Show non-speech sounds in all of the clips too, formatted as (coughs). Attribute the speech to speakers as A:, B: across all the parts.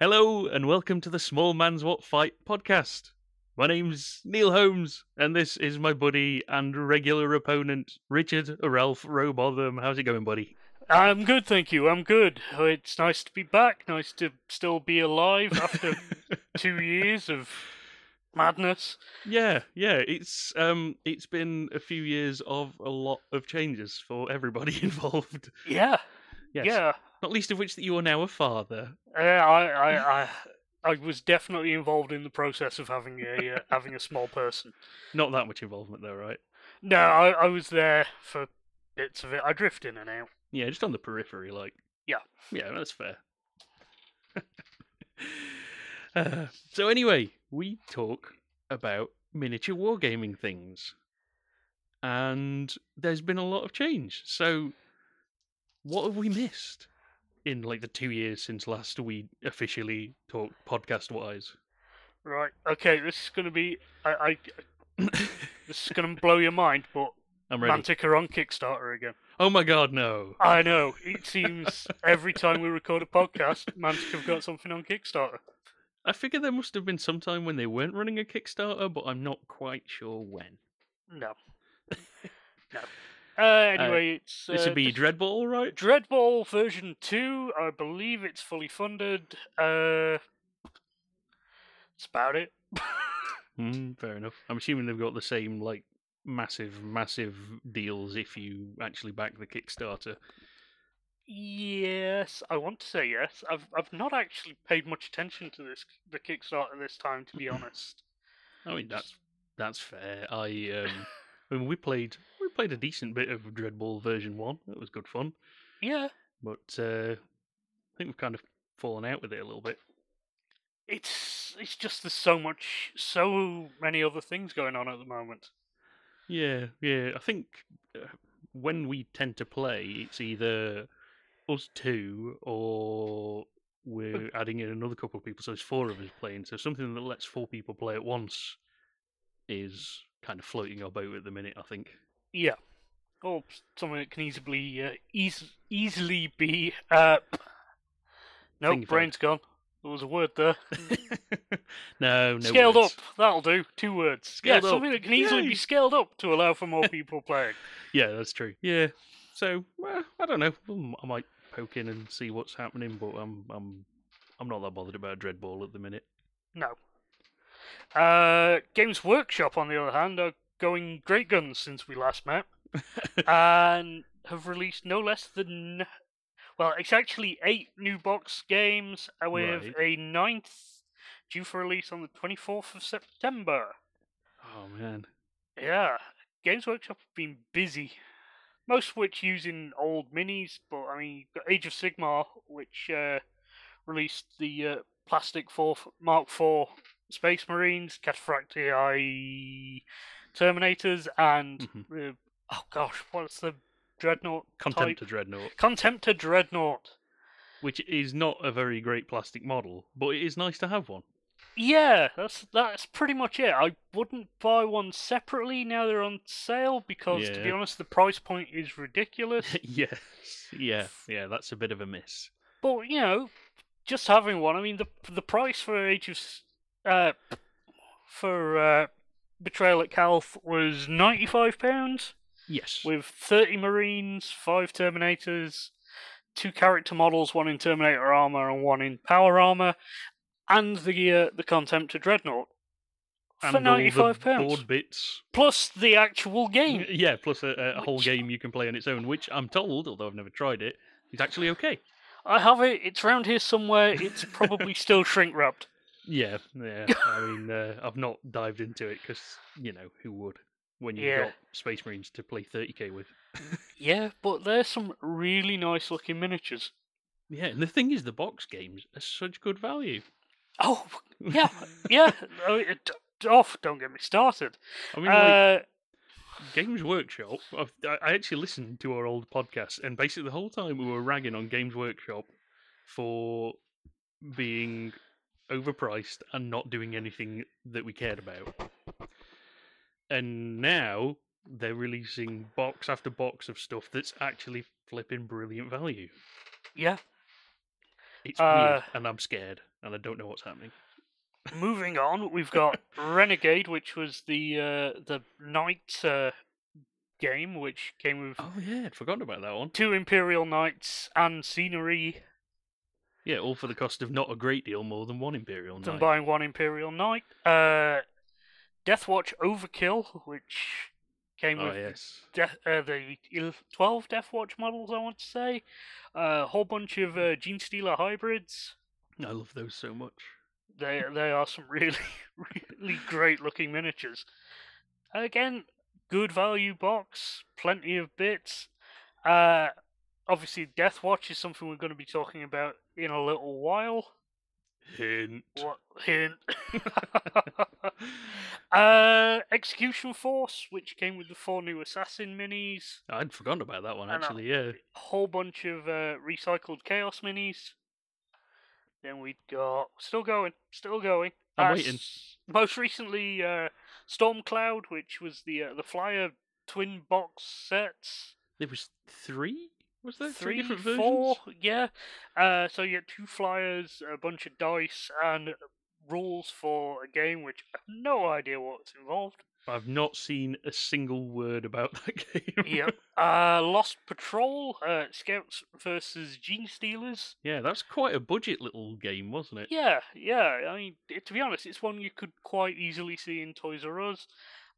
A: Hello and welcome to the Small Man's What Fight podcast. My name's Neil Holmes, and this is my buddy and regular opponent, Richard Ralph Robotham. How's it going, buddy?
B: I'm good, thank you. I'm good. Oh, It's nice to be back. Nice to still be alive
A: (laughs)
B: after two years of madness.
A: yeah, yeah. It's um it's been a few years of a lot of changes for everybody (laughs) involved.
B: Yeah,
A: Yes.
B: yeah.
A: Not least of which that you are now a father.
B: Uh, I, I, I, I was definitely involved in the process of having a uh, having a small person.
A: Not that much involvement though, right?
B: No, I, I was there for bits of it. I drift in and out.
A: Yeah, just on the periphery, like.
B: Yeah.
A: Yeah, that's fair. (laughs) Uh, so anyway, we talk about miniature wargaming things, and there's been a lot of change. So, what have we missed in like the two years since last we officially talked podcast wise?
B: Right. Okay. This is gonna be. I. I this is gonna blow your mind, but
A: I'm ready.
B: Mantic are on Kickstarter again.
A: Oh my god, no!
B: I know. It seems every time we record a podcast, Mantic have got something on Kickstarter.
A: I figure there must have been some time when they weren't running a Kickstarter, but I'm not quite sure when.
B: No. (laughs) no. Uh, anyway, it's. Uh,
A: this would be Dreadball, right?
B: Dreadball version 2. I believe it's fully funded. Uh, that's about it.
A: Mm, fair enough. I'm assuming they've got the same like massive, massive deals if you actually back the Kickstarter.
B: Yes, I want to say yes. I've I've not actually paid much attention to this the Kickstarter this time, to be
A: Mm-hmm.
B: honest.
A: I mean that's that's fair. I um, I mean we played we played a decent bit of Dreadball version one. That was good fun,
B: Yeah,
A: but uh, I think we've kind of fallen out with it a little bit.
B: it's it's just there's so much, so many other things going on at the moment.
A: Yeah, yeah. I think uh, when we tend to play, it's either us two or we're adding in another couple of people, so it's four of us playing. So something that lets four people play at once is kind of floating our boat at the minute. I think.
B: Yeah, or s- something that Oh, can easily uh, eas- easily be. Uh... No,
A: Thingified.
B: brain's gone. There was a word there.
A: (laughs) no, no.
B: scaled
A: words.
B: up. That'll do. Two words.
A: Scaled
B: yeah,
A: up.
B: something that can easily
A: Yay.
B: be scaled up to allow for more people playing.
A: Yeah, that's true. Yeah. So well, I don't know. Mm, I might poke in and see what's happening, but I'm I'm I'm not that bothered about Dreadball at the minute.
B: No. Uh, Games Workshop, on the other hand, are going great guns since we last met, and have released no less than, well, it's actually eight new box games uh, with a ninth due for release on the twenty fourth of September.
A: Oh man.
B: Yeah, Games Workshop have been busy. Most of which using old minis, but I mean, you've got Age of Sigmar, which uh, released the uh, plastic four Mark IV Space Marines, Cataphractii Terminators, and
A: Mm-hmm.
B: uh, oh gosh, what's the Dreadnought?
A: Contempt
B: Type.
A: of Dreadnought.
B: Contemptor Dreadnought.
A: which is not a very great plastic model, but it is nice to have one. (laughs)
B: Yeah, that's that's pretty much it. I wouldn't buy one separately now they're on sale because, to be
A: Yeah.
B: honest, the price point is ridiculous.
A: yes, yeah, yeah. That's a bit of a miss.
B: But you know, just having one. I mean, the the price for Age of S- uh for uh, Betrayal at Calf was ninety five pounds
A: Yes,
B: with thirty Marines, five Terminators, two character models, one in Terminator armor and one in power armor, and the uh, the Contemptor Dreadnought for
A: all the
B: ninety five pounds
A: board bits.
B: plus the actual game.
A: (laughs) Yeah, plus a, a whole
B: Which-
A: game you can play on its own, which I'm told, although I've never tried it, is actually okay.
B: I have it. It's round here somewhere. It's
A: (laughs)
B: probably still shrink wrapped.
A: Yeah,
B: (laughs)
A: yeah. I mean, uh, I've not dived into it because you know who would when you've
B: Yeah.
A: got Space Marines to play 30k with.
B: Yeah, but there's some really nice looking miniatures.
A: Yeah, and the thing is, the box games are such good value.
B: Oh, (laughs) yeah, yeah. oh, it- d- off, don't get me started.
A: I mean, like,
B: Uh,
A: Games Workshop. I've, I I actually listened to our old podcast, and basically the whole time we were ragging on Games Workshop for being overpriced and not doing anything that we cared about. And now they're releasing box after box of stuff that's actually flipping brilliant value.
B: yeah.
A: It's
B: Uh,
A: weird, and I'm scared, and I don't know what's happening.
B: Moving on,
A: (laughs)
B: we've got Renegade, which was the uh, the night uh, game, which came with
A: Oh yeah, I'd forgotten about that one.
B: two Imperial Knights and scenery,
A: Yeah, all for the cost of not a great deal more than one Imperial
B: than
A: Knight.
B: buying one Imperial Knight. Uh, Deathwatch Overkill, which came
A: oh
B: with
A: yes,
B: death, uh, the el- 12 Deathwatch models, I want to say, a whole bunch of uh, Gene Stealer hybrids.
A: I love those so much.
B: They they are some (laughs) really really great looking miniatures. Again, good value box, plenty of bits. Uh, obviously, Deathwatch is something we're going to be talking about in a little while.
A: Hint.
B: What hint? (laughs) uh, Execution Force, which came with the four new Assassin minis,
A: I'd forgotten about that one
B: I know.
A: actually. Yeah,
B: whole bunch of uh, recycled Chaos minis. Then we got still going, still going.
A: I'm
B: Uh,
A: waiting.
B: s- Most recently, uh, Stormcloud, which was the uh, the flyer twin box sets.
A: there was three. Was there three, different
B: four,
A: versions?
B: yeah. Uh, so you had two flyers, a bunch of dice, and rules for a game which I have no idea what's involved.
A: (laughs) I've not seen a single word about (laughs) that game.
B: yep. Uh, Lost Patrol, uh, Scouts versus Gene Stealers.
A: yeah, that's quite a budget little game, wasn't it?
B: Yeah, yeah. I mean, it, to be honest, it's one you could quite easily see in Toys R Us.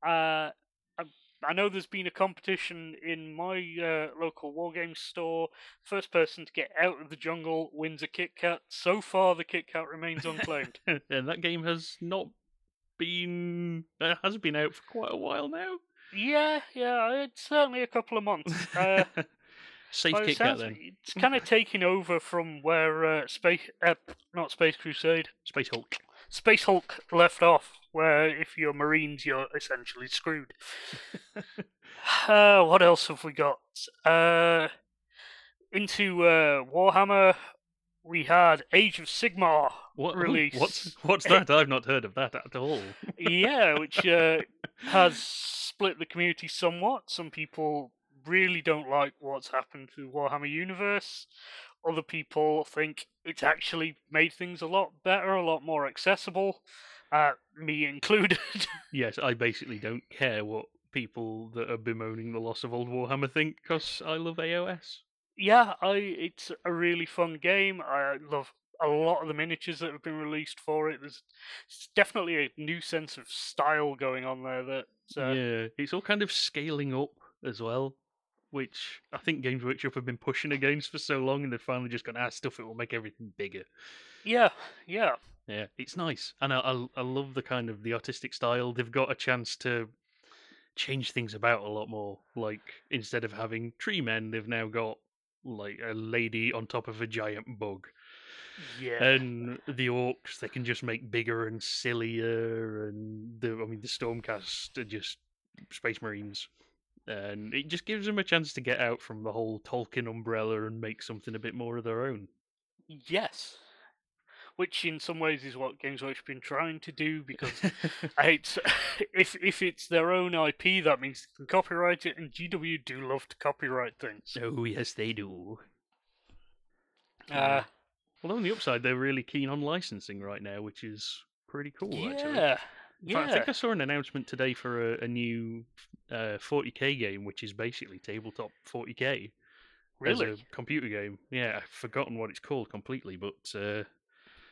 B: Uh, I, I know there's been a competition in my uh, local wargame store. First person to get out of the jungle wins a Kit Kat. So far, the Kit Kat
A: (laughs)
B: remains unclaimed.
A: and that game has not been uh, has been out for quite a while now.
B: yeah, yeah. uh, It's certainly a couple of months.
A: (laughs)
B: Uh,
A: Safe
B: By the
A: Kit Kat
B: sounds
A: then.
B: of it,
A: (laughs)
B: It's kind of taking over from where uh, space, uh, not Space Crusade,
A: Space Hulk.
B: Space Hulk left off. Where if you're Marines, you're essentially screwed. uh, what else have we got? Uh, into uh, Warhammer, we had Age of Sigmar.
A: What, oh,
B: Release.
A: (laughs) What's
B: (laughs)
A: what's that? I've not heard of that at all.
B: yeah, which uh, has split the community somewhat. Some people really don't like what's happened to Warhammer Universe. Other people think it's actually made things a lot better, a lot more accessible, uh, me included.
A: Yes, I basically don't care what people that are bemoaning the loss of old Warhammer think because I love AOS.
B: yeah, I it's a really fun game. I love a lot of the miniatures that have been released for it. There's it's definitely a new sense of style going on there that uh,
A: yeah, it's all kind of scaling up as well, which I think Games Workshop have been pushing against for so long, and they're finally just gonna ah, stuff it will make everything bigger.
B: yeah, yeah.
A: Yeah, it's nice, and I, I I love the kind of the artistic style. They've got a chance to change things about a lot more. Like instead of having tree men, they've now got like a lady on top of a giant bug,
B: Yeah.
A: and the orcs they can just make bigger and sillier, and the I mean the stormcast are just space marines, and it just gives them a chance to get out from the whole Tolkien umbrella and make something a bit more of their
B: (laughs)
A: own.
B: Yes. Which in some ways is what Games Workshop been trying to do because I hate to- (laughs) if if it's their own IP that means they can copyright it and GW do love to copyright things.
A: oh yes, they do.
B: Uh,
A: Well, on the upside, they're really keen on licensing right now, which is pretty cool. Actually,
B: yeah.
A: In fact, I think
B: Yeah.
A: I saw an announcement today for a, a new uh, 40k game, which is basically tabletop 40k. as
B: Really?
A: a computer game. Yeah, I've forgotten what it's called completely, but uh,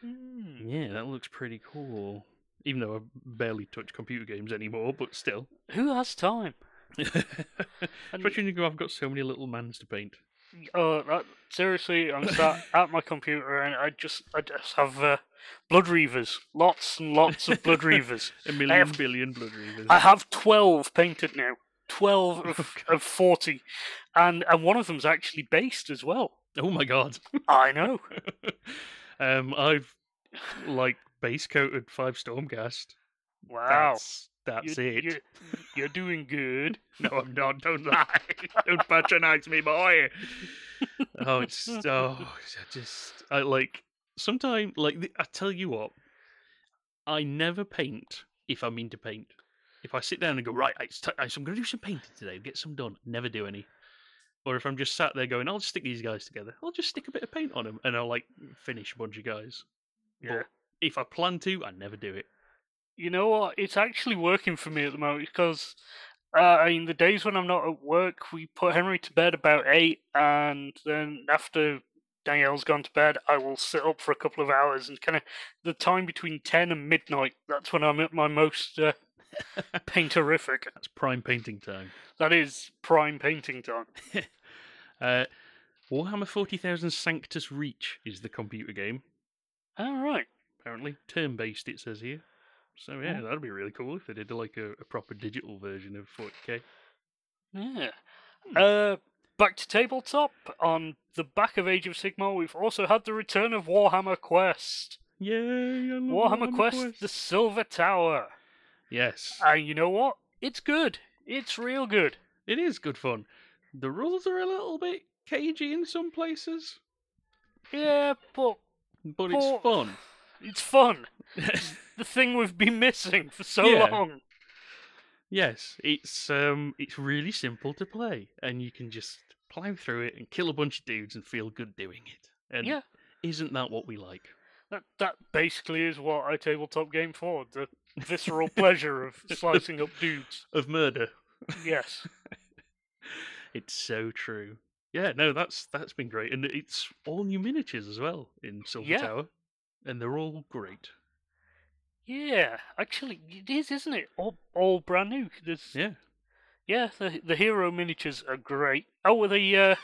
B: Hmm.
A: yeah, that looks pretty cool. Even though I barely touch computer games anymore, but (laughs) still.
B: Who has time? And-
A: Especially when you go, I've got so many little mans to paint.
B: Oh, that, seriously, I'm sat
A: (laughs)
B: at my computer and I just I just have uh, blood reavers, lots and lots of
A: (laughs)
B: blood reavers.
A: A million
B: have-
A: billion blood reavers.
B: I have 12 painted now. 12 of,
A: Oh, God.
B: of 40. And and one of them's actually based as well.
A: Oh my god. (laughs)
B: I know.
A: um, I've like base coated five Stormcast.
B: Wow.
A: That's that's
B: you're,
A: it.
B: You're, you're doing good.
A: (laughs) No, I'm not. Don't lie. (laughs) don't patronise me, boy. oh, it's oh, it's just I like sometimes like th- I tell you what, I never paint if I mean to paint. If I sit down and go right, it's t- I'm going to do some painting today, get some done. Never do any. Or if I'm just sat there going, I'll stick these guys together. I'll just stick a bit of paint on them, and I'll like finish a bunch of guys.
B: Yeah.
A: If I plan to, I never do it.
B: You know what? It's actually working for me at the moment because, uh, I mean, the days when I'm not at work, we put Henry to bed about eight, and then after Danielle's gone to bed, I will sit up for a couple of hours and kind of the time between ten and midnight. That's when I'm at my most (laughs) uh, painterific.
A: That's prime painting time.
B: That is prime painting time.
A: Uh, Warhammer 40,000 Sanctus Reach is the computer game.
B: All right.
A: Apparently, turn based, it says here. So yeah,
B: Yeah.
A: that'd be really cool if they did like a, a proper digital version of 40k.
B: Yeah. Uh, back to tabletop. On the back of Age of Sigmar, we've also had the return of Warhammer Quest.
A: Yay! I love
B: Warhammer, Quest, Ah. The Silver Tower.
A: Yes,
B: And you know what? It's good. It's real good.
A: it is good fun. The rules are a little bit cagey in some places,
B: Yeah, but
A: but it's
B: But-
A: fun.
B: it's fun. The thing we've been missing for so
A: Yeah.
B: long.
A: yes, it's um, it's really simple to play, and you can just plow through it and kill a bunch of dudes and feel good doing it. And
B: yeah.
A: isn't that what we like?
B: That that basically is what a tabletop game for. The visceral pleasure of slicing up dudes.
A: Of murder.
B: Yes.
A: It's so true. Yeah, no, that's that's been great, and it's all new miniatures as well in Silver
B: Yeah.
A: Tower, and they're all great.
B: Yeah. Actually it is, isn't it? All all brand new. There's
A: Yeah,
B: Yeah, the the hero miniatures are great. Oh, well, the uh,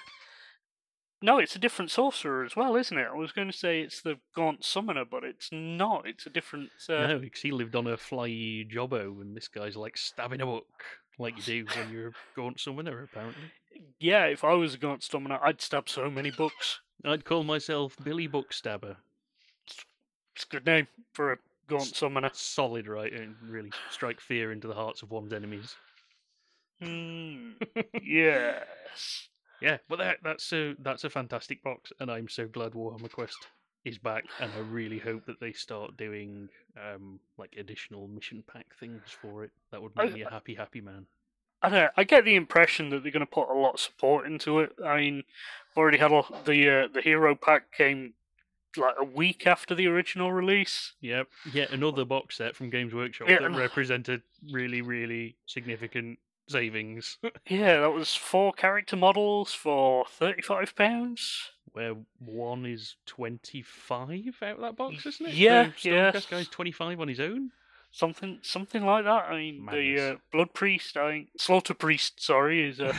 B: no, it's a different sorcerer as well, isn't it? I was going to say it's the Gaunt Summoner, but it's not. It's a different. Uh,
A: no, because he lived on a flyy jobbo, and this guy's like stabbing a book, like you do when you're a gaunt summoner. Apparently,
B: Yeah, if I was a Gaunt Summoner, I'd stab so many books.
A: I'd call myself Billy Bookstabber.
B: It's a good name for a Gaunt
A: S-
B: Summoner.
A: Solid, right, and really strike fear into the hearts of one's enemies. Hmm. (laughs)
B: Mm, (laughs) yes.
A: Yeah, but that, that's a that's a fantastic box, and I'm so glad Warhammer Quest is back, and I really hope that they start doing um like additional mission pack things for it. That would
B: I-
A: make me a happy, happy man.
B: I don't know, I get the impression that they're going to put a lot of support into it. I mean, I've already had a, the uh, the hero pack came like a week after the original release.
A: Yep, yet another box set from Games Workshop
B: Yeah,
A: that
B: and-
A: represented really, really significant savings.
B: Yeah, that was four character models for thirty-five pounds.
A: Where one is twenty five out of that box, isn't it?
B: yeah,
A: So
B: yeah.
A: Stormcast guy's twenty five on his own.
B: Something, something like that. I mean,
A: Madness.
B: the uh, blood priest, I think, slaughter priest. Sorry, is uh,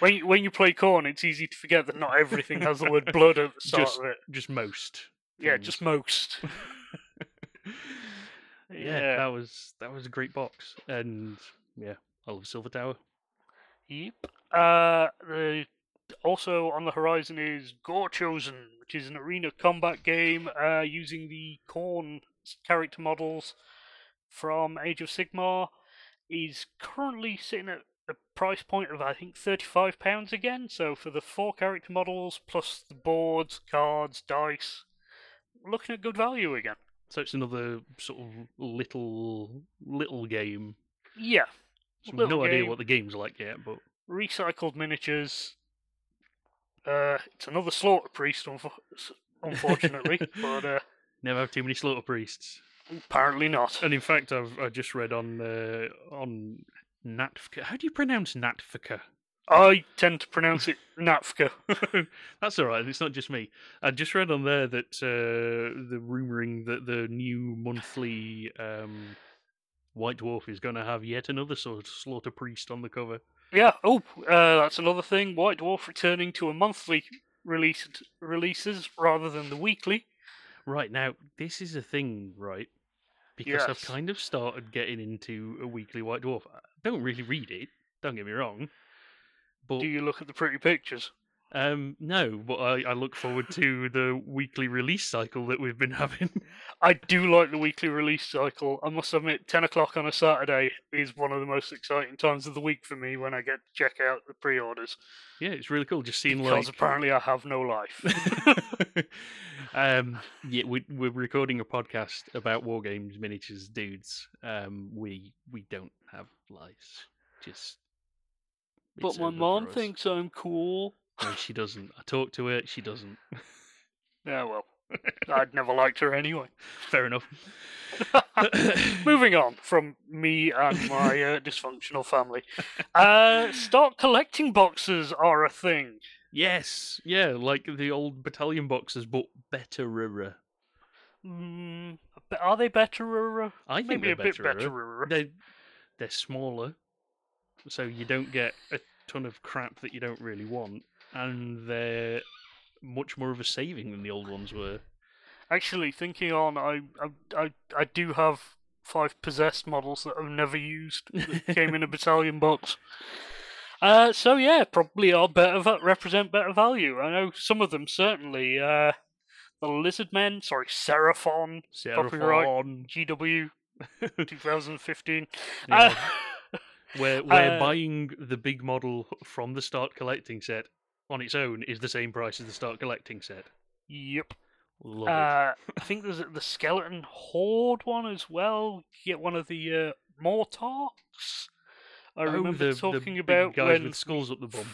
B: when you, when you play corn, it's easy to forget that not everything has the word blood at the start
A: Just
B: of it.
A: (laughs) Just most. (laughs)
B: Yeah,
A: things.
B: just most.
A: yeah,
B: Yeah.
A: that was that was a great box, and yeah, I love Silver Tower.
B: Yep. Uh, the, also on the horizon is Gore Chosen, which is an arena combat game uh, using the Corn character models from Age of Sigmar. Is currently sitting at a price point of I think thirty-five pounds again. So for the four character models plus the boards, cards, dice, looking at good value again.
A: So it's another sort of little little game.
B: Yeah,
A: So we've
B: Little
A: no idea
B: game.
A: what the game's like yet, but
B: recycled miniatures. Uh, it's another slaughter priest, unfo- s- unfortunately, but uh,
A: never have too many slaughter priests.
B: apparently not.
A: And in fact, I've I just read on uh, on Natfka. How do you pronounce Natfka? (laughs)
B: I tend to pronounce it Nafka. (laughs)
A: That's all right. It's not just me. I just read on there that uh, the rumoring that the new monthly um, White Dwarf is going to have yet another sort of slaughter priest on the cover.
B: Yeah. Oh, uh, that's another thing. White Dwarf returning to a monthly release releases rather than the weekly.
A: Right now, this is a thing, right? Because I've
B: Yes.
A: kind of started getting into a weekly White Dwarf. I don't really read it. Don't get me wrong. But
B: Do you look at the pretty pictures?
A: um, no, but I, I look forward to the weekly release cycle that we've been (laughs) having.
B: I do like the weekly release cycle. I must admit, ten o'clock on a Saturday is one of the most exciting times of the week for me when I get to check out the pre-orders
A: yeah, it's really cool. Just seeing
B: because
A: like
B: apparently I have
A: (laughs)
B: no life.
A: um, yeah, we, we're recording a podcast about war games, miniatures, dudes. Um, we we don't have lives. Just.
B: But
A: it's
B: my
A: over
B: mom
A: for us.
B: thinks I'm cool.
A: No, she doesn't. I talk to her. She doesn't.
B: Yeah, well, (laughs) I'd never liked her (laughs) anyway.
A: Fair enough.
B: Moving on from me and my uh, dysfunctional family, uh, stock collecting boxes are a thing.
A: (laughs) yes. Yeah. Like the old battalion boxes, but better.
B: Mm, but are they better? uh,
A: I think
B: Maybe a
A: they're
B: bit
A: betterer.
B: better. uh,
A: They're, they're smaller, so you don't get a ton of crap that you don't really want, and they're much more of a saving than the old ones were.
B: Actually, thinking on, I, I, I, I do have five possessed models that I've never used.
A: (laughs)
B: that came in a battalion box. Uh, so yeah, probably are better va- represent better value. I know some of them certainly. Uh, the Lizard Men, sorry, Seraphon, Copyright. (laughs)
A: Seraphon. (laughs)
B: GW, 2015.
A: Yeah,
B: Uh, (laughs)
A: where where
B: uh,
A: buying the big model from the start collecting set on its own is the same price as the start collecting set.
B: yep.
A: Love it.
B: Uh, I think there's the skeleton horde one as well. You get one of the uh, Mortarks.
A: Oh,
B: I remember
A: the- the
B: talking
A: big
B: about
A: guys
B: when,
A: with skulls up the
B: (laughs)
A: bum.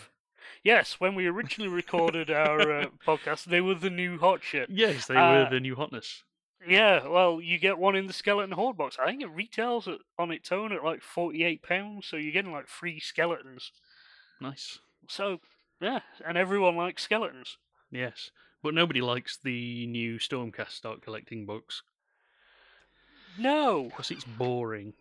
B: yes, when we originally recorded our uh, podcast, they were the new hot shit.
A: Yes, they
B: uh,
A: were the new hotness.
B: Yeah, well, you get one in the skeleton horde box. I think it retails at, on its own at like forty-eight pounds, so you're getting like three skeletons.
A: Nice.
B: So yeah, and everyone likes skeletons.
A: Yes, but nobody likes the new Stormcast start collecting box (laughs)
B: No,
A: because it's boring.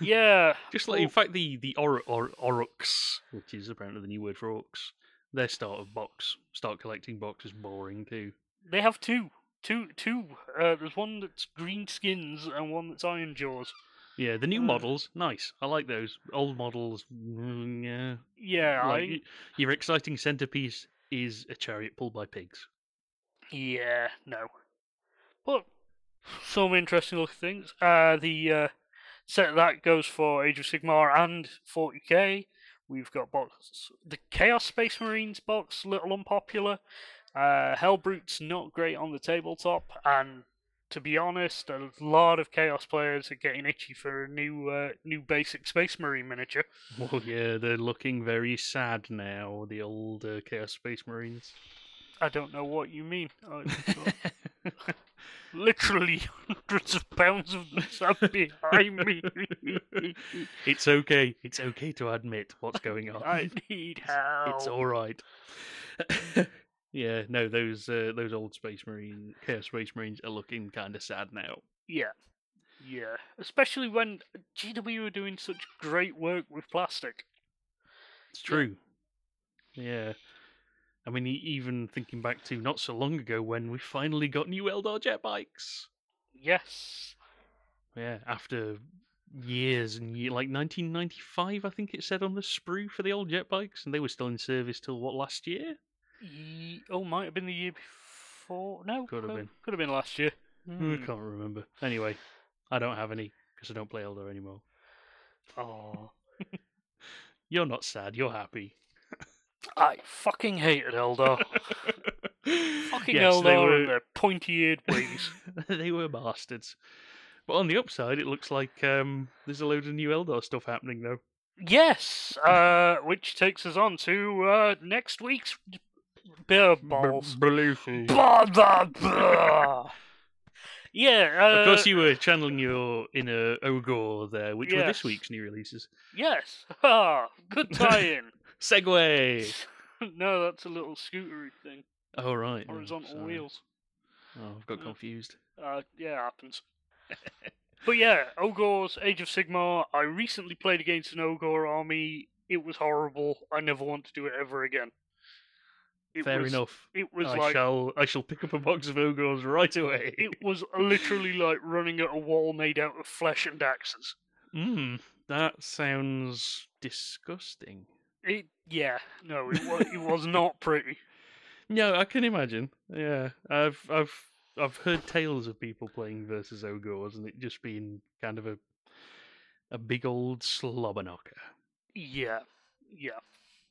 B: yeah,
A: Just like, in
B: Well-
A: fact, the the or, or, Oryx, which is apparently the new word for orcs, their start of box, start collecting box is boring too.
B: They have two, two, two. Uh, there's one that's green skins and one that's iron jaws.
A: Yeah, the new
B: Uh.
A: models, nice. I like those. Old models, mm, yeah.
B: Yeah,
A: Like,
B: I,
A: y- your exciting centerpiece is a chariot pulled by pigs.
B: yeah, no. But some interesting looking things. Uh, the uh, set of that goes for Age of Sigmar and 40k. We've got box the Chaos Space Marines box, little unpopular. Uh, Hellbrute's not great on the tabletop, and to be honest, a lot of Chaos players are getting itchy for a new uh, new basic Space Marine miniature.
A: Well, yeah, they're looking very sad now. The old uh, Chaos Space Marines.
B: I don't know what you mean. I (laughs) got (laughs) literally hundreds of pounds of sand behind (laughs) me.
A: it's okay. It's okay to admit what's going on.
B: I need help.
A: It's all right. (laughs) yeah, no, those uh, those old Space Marine, Chaos Space Marines are looking kind of sad now.
B: Yeah. Yeah. Especially when GW are doing such great work with plastic.
A: It's true. Yeah. I mean, e- even thinking back to not so long ago when we finally got new Eldar jet bikes.
B: Yes.
A: Yeah, after years and years, like 1995, I think it said on the sprue for the old jet bikes, and they were still in service till what last year?
B: Ye- oh, might have been the year before. No.
A: Could have
B: no,
A: been.
B: Could have been last year.
A: I
B: Hmm.
A: can't remember. Anyway, I don't have any because I don't play Eldar anymore.
B: Hmm. Aw.
A: You're not sad. You're happy.
B: I fucking hated (laughs) Eldar. (laughs) fucking
A: Yes,
B: Eldar
A: they
B: (laughs) and
A: were-
B: their pointy-eared wings.
A: (laughs) they were bastards. But on the upside, it looks like um, there's a load of new Eldar stuff happening, though.
B: Yes, uh, which takes us on to uh, next week's beer balls. Blah, blah, blah. yeah, uh,
A: of course, you were channeling your inner Ogre there, which were this
B: yes.
A: week's new releases.
B: yes. (laughs) Ah,
A: (laughs)
B: good tie-in.
A: Segway.
B: (laughs) no, that's a little scootery thing,
A: Oh right, no,
B: horizontal
A: sorry.
B: wheels.
A: Oh, I've got
B: Yeah.
A: confused.
B: Uh, yeah, happens. (laughs) but yeah, Ogre's Age of Sigmar. I recently played against an Ogre army. It was horrible. I never want to do it ever again. It
A: Fair
B: was,
A: enough.
B: It was
A: I
B: like
A: shall. I shall pick up a box of Ogres right away. (laughs)
B: it was literally like running at a wall made out of flesh and axes.
A: Mm, that sounds disgusting.
B: It, yeah, no, it was, (laughs) it was not pretty.
A: No, I can imagine. Yeah, I've I've I've heard tales of people playing versus ogres and it just being kind of a a big old slobber knocker.
B: Yeah, yeah,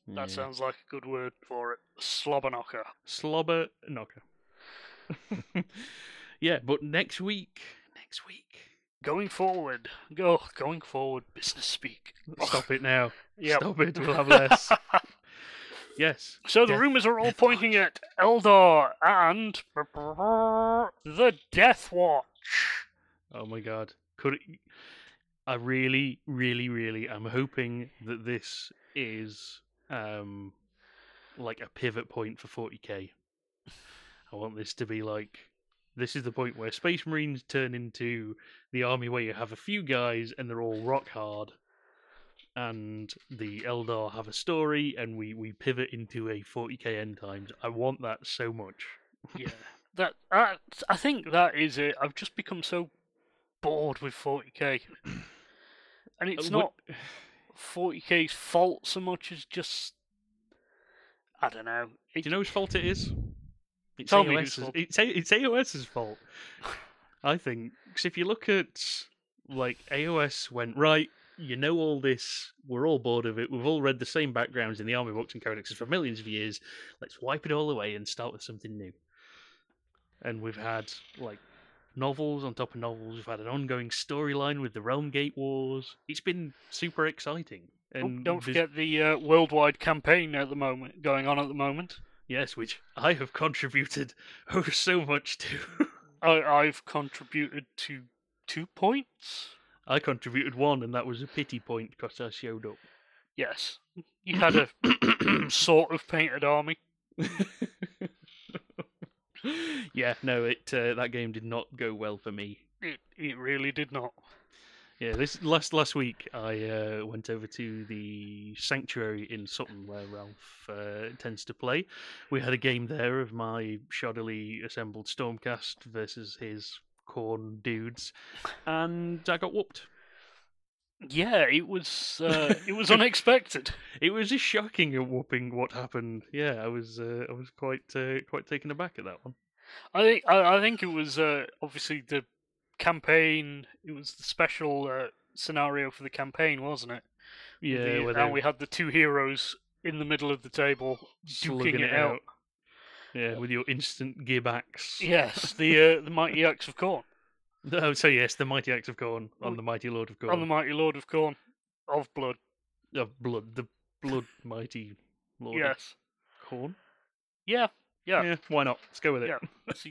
B: that
A: Yeah.
B: sounds like a good word for it. Slobberknocker.
A: slobber knocker. (laughs) yeah, but next week, next
B: (laughs)
A: week.
B: Going forward, go going forward. Business speak.
A: Stop it now.
B: Yep.
A: Stop it. We'll have less. Yes.
B: So the
C: Death-
B: rumors are all
C: Death
B: pointing at Eldar and (laughs) the Death Watch.
A: Oh my god. Could it... I really, really, really am hoping that this is um like a pivot point for 40k. I want this to be like this is the point where Space Marines turn into the army where you have a few guys and they're all rock hard. And the Eldar have a story, and we, we pivot into a 40k end times. I want that so much.
B: Yeah, that I, I think that is it. I've just become so bored
A: (clears throat)
B: with 40k, and it's
A: Uh, would-
B: not 40k's fault so much as just I don't know.
A: Do you know whose fault it is? It's
B: Tell me whose
A: AOS's,
B: fault.
A: It's, A- it's AOS's fault, I think. 'Cause if you look at, like, AOS went, right, you know all this, we're all bored of it, we've all read the same backgrounds in the army books and codexes for millions of years, let's wipe it all away and start with something new. And we've had, like, novels on top of novels, we've had an ongoing storyline with the Realm Gate Wars. It's been super exciting.
B: Oh,
A: And
B: don't
A: there's-
B: forget the uh, worldwide campaign at the moment going on at the moment.
A: Yes, which I have contributed (laughs) oh so much to. (laughs)
B: I, I've contributed to two points.
A: I contributed one, and that was a pity point because I showed up.
B: Yes, you
A: (coughs)
B: had a sort of painted army.
A: yeah, no, it uh, that game did not go well for me.
B: It it really did not.
A: Yeah, this last last week I uh, went over to the sanctuary in Sutton where Ralph uh, tends to play. We had a game there of my shoddily assembled Stormcast versus his corn dudes, and I got whooped.
B: Yeah, it was uh,
A: (laughs)
B: it was unexpected.
A: It was just shocking and whooping what happened. Yeah, I was uh, I was quite uh, quite taken aback at that one.
B: I think I, I think it was uh, obviously the campaign. It was the special uh, scenario for the campaign, wasn't it?
A: Yeah,
B: The-
A: where
B: and
A: they
B: we had the two heroes in the middle of the table duking
A: slugging
B: it, out.
A: Yeah, with your instant gib axe.
B: (laughs) Yes, the uh, the mighty axe of corn
A: (laughs) Oh, so yes, the mighty axe of corn on
B: We-
A: the mighty lord of corn
B: on the mighty lord of corn of blood.
A: of blood, the blood mighty lord of
B: yes,
A: corn.
B: yeah, Yeah.
A: why not? Let's go with it.
B: yeah. so,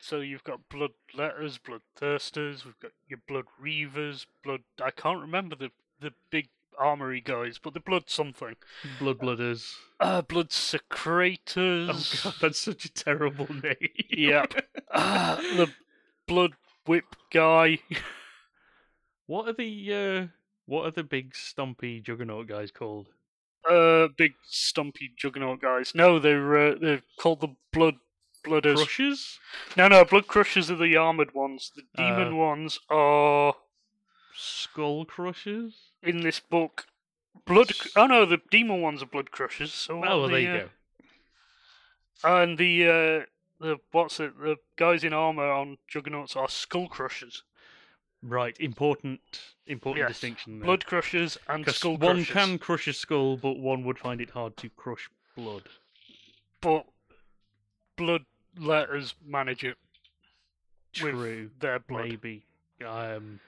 B: so you've got blood letters, blood thirsters. We've got your blood reavers, blood. I can't remember the the big armory guys, but the blood something.
A: Blood blooders.
B: Uh, blood secretors.
A: Oh (laughs) god, that's such a terrible name.
B: (laughs)
A: (laughs)
B: Yep. Ah, the blood whip guy.
A: What are the uh, what are the big stumpy juggernaut guys called?
B: Uh, big stumpy juggernaut guys. No, they're uh, they're called the blood blooders.
A: Crushers?
B: No, no, blood crushers are the armored ones. The demon
A: Uh.
B: ones are
A: Skull crushers?
B: in this book. Blood. c- Oh no, the demon ones are blood crushers. So what
A: Oh,
B: are
A: well, there
B: the,
A: you go.
B: uh, And the uh, the what's it? The guys in armor on juggernauts are skull crushers,
A: Right, important, important
B: Yes.
A: distinction. There.
B: blood crushers, and
A: 'Cause
B: skull
A: one
B: crushers.
A: can crush a skull, but one would find it hard to crush blood.
B: but blood letters manage it with
A: True,
B: their blood.
A: maybe. Um,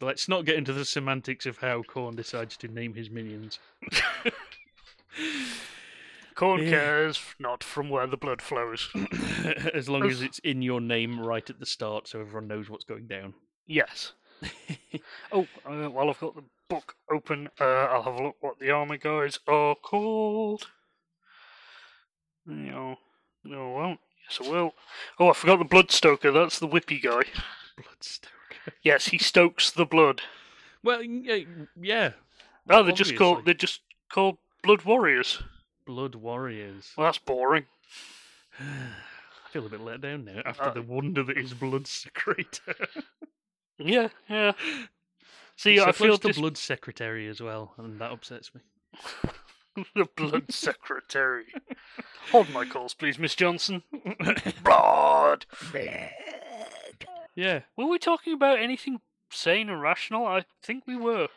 A: let's not get into the semantics of how Korn decides to name his minions. (laughs)
B: Corn
A: Yeah.
B: cares not from where the
A: (laughs)
B: blood flows.
A: as long as
B: Oof.
A: it's in your name right at the start, so everyone knows what's going down. (laughs)
B: yes. oh, uh, while I've got the book open, uh, I'll have a look what the armor guys are called. No, no, I won't. Yes, I will. Oh, I forgot the blood stoker. That's the whippy guy.
A: Bloodstoker.
B: Yes, he stokes the blood.
A: Well, yeah, yeah,
B: No, they're just
A: Obviously.
B: called. They're just called blood warriors.
A: blood warriors.
B: Well, that's boring.
A: I feel a bit let down now after
B: Uh,
A: the wonder that is Blood Secretor.
B: Yeah, yeah. (laughs) See,
A: It's
B: I
A: so
B: feel
A: close to
B: dis-
A: Blood Secretary as well, and that upsets me.
B: (laughs) the blood secretary. Hold my calls, please, Miss Johnson. Blood.
A: Yeah.
B: Were we talking about anything sane and rational? I think we were.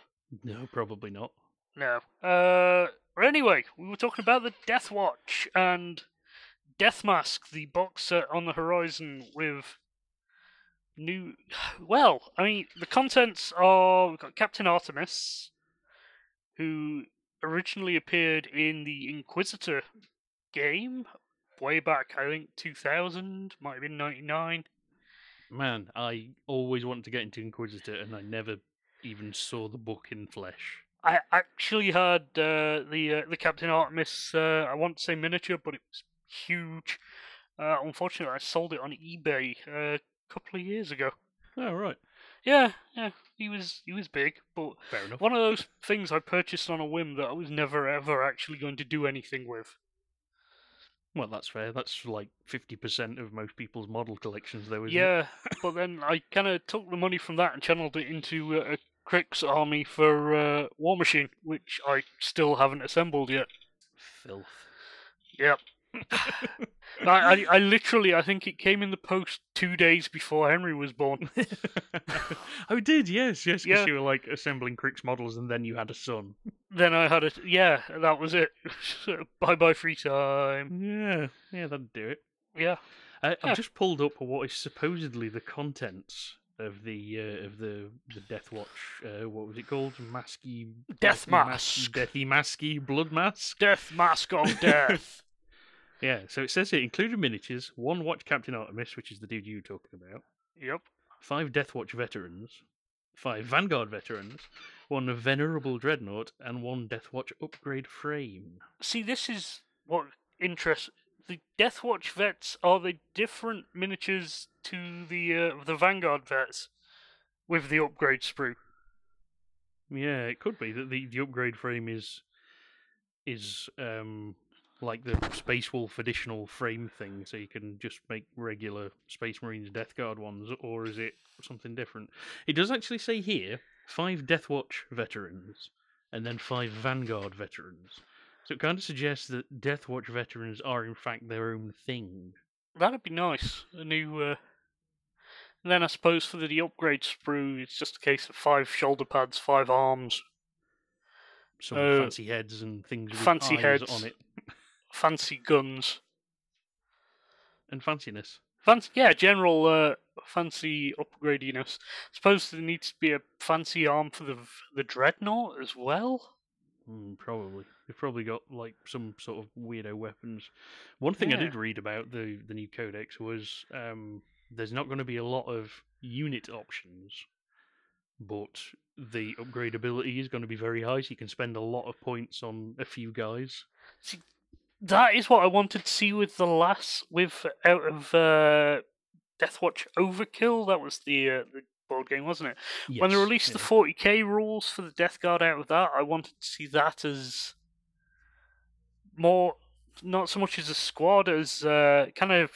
A: No, probably not.
B: No. Uh. But anyway, we were talking about the Death Watch and Death Mask, the box set on the horizon with new. Well, I mean, the contents are we've got Captain Artemis, who originally appeared in the Inquisitor game way back, I think 2000, might have been 99.
A: Man, I always wanted to get into Inquisitor, and I never even saw the book in flesh.
B: I actually had uh, the uh, the Captain Artemis. Uh, I want to say miniature, but it was huge. Uh, unfortunately, I sold it on eBay uh, a couple of years ago.
A: Oh right,
B: Yeah, yeah, he was he was big, but
A: fair enough.
B: one of those things I purchased on a whim that I was never ever actually going to do anything with.
A: Well, that's fair. That's like fifty percent of most people's model collections, though, isn't Oh, it?
B: yeah, but then I kind of took the money from that and channeled it into uh, a Crix army for uh, War Machine, which I still haven't assembled yet. (laughs)
A: Filth.
B: Yep. (laughs) I, I, I literally, I think it came in the post two days before Henry was born. (laughs)
A: oh, did yes, yes, because
B: Yeah.
A: you were like assembling Crick's models, and then you had a son.
B: Then I had a yeah, that was it. (laughs) bye bye free time.
A: Yeah, yeah, that'd do it.
B: Yeah,
A: I,
B: Yeah.
A: I've just pulled up what is supposedly the contents of the uh, of the the Death Watch. Uh, what was it called? Masky
B: Death Mask.
A: Deathy Masky Blood Mask.
B: death mask (laughs) of death.
A: Yeah, so it says it included miniatures, one Watch Captain Artemis, which is the dude you were talking about,
B: yep.
A: five Death Watch veterans, five Vanguard veterans, one Venerable Dreadnought, and one Death Watch upgrade frame.
B: See, this is what interests the Death Watch vets. Are they different miniatures to the uh, the Vanguard vets with the upgrade sprue?
A: Yeah, it could be that the, the upgrade frame is is um like the Space Wolf additional frame thing, so you can just make regular Space Marines Death Guard ones, or is it something different? It does actually say here five Death Watch veterans and then five Vanguard veterans. So it kind of suggests that Death Watch veterans are in fact their own thing.
B: That'd be nice. A new. Uh... And then I suppose for the upgrade sprue, it's just a case of five shoulder pads, five arms,
A: Some
B: Uh,
A: fancy heads and things with
B: fancy
A: eyes
B: heads.
A: on it
B: fancy guns,
A: and fanciness.
B: fancy yeah, general uh, fancy upgradiness. Suppose there needs to be a fancy arm for the v- the dreadnought as well.
A: Mm, probably. They've probably got like some sort of weirdo weapons. One thing I
B: Yeah.
A: did read about the the new codex was um, there's not going to be a lot of unit options, but the upgradability is going to be very high. So you can spend a lot of points on a few guys.
B: That is what I wanted to see with the last with out of uh, Deathwatch Overkill. That was the uh, the board game, wasn't it? when they
A: Yes,
B: released the
A: yeah.
B: 40k rules for the Death Guard out of that, I wanted to see that as more, not so much as a squad, as uh, kind of,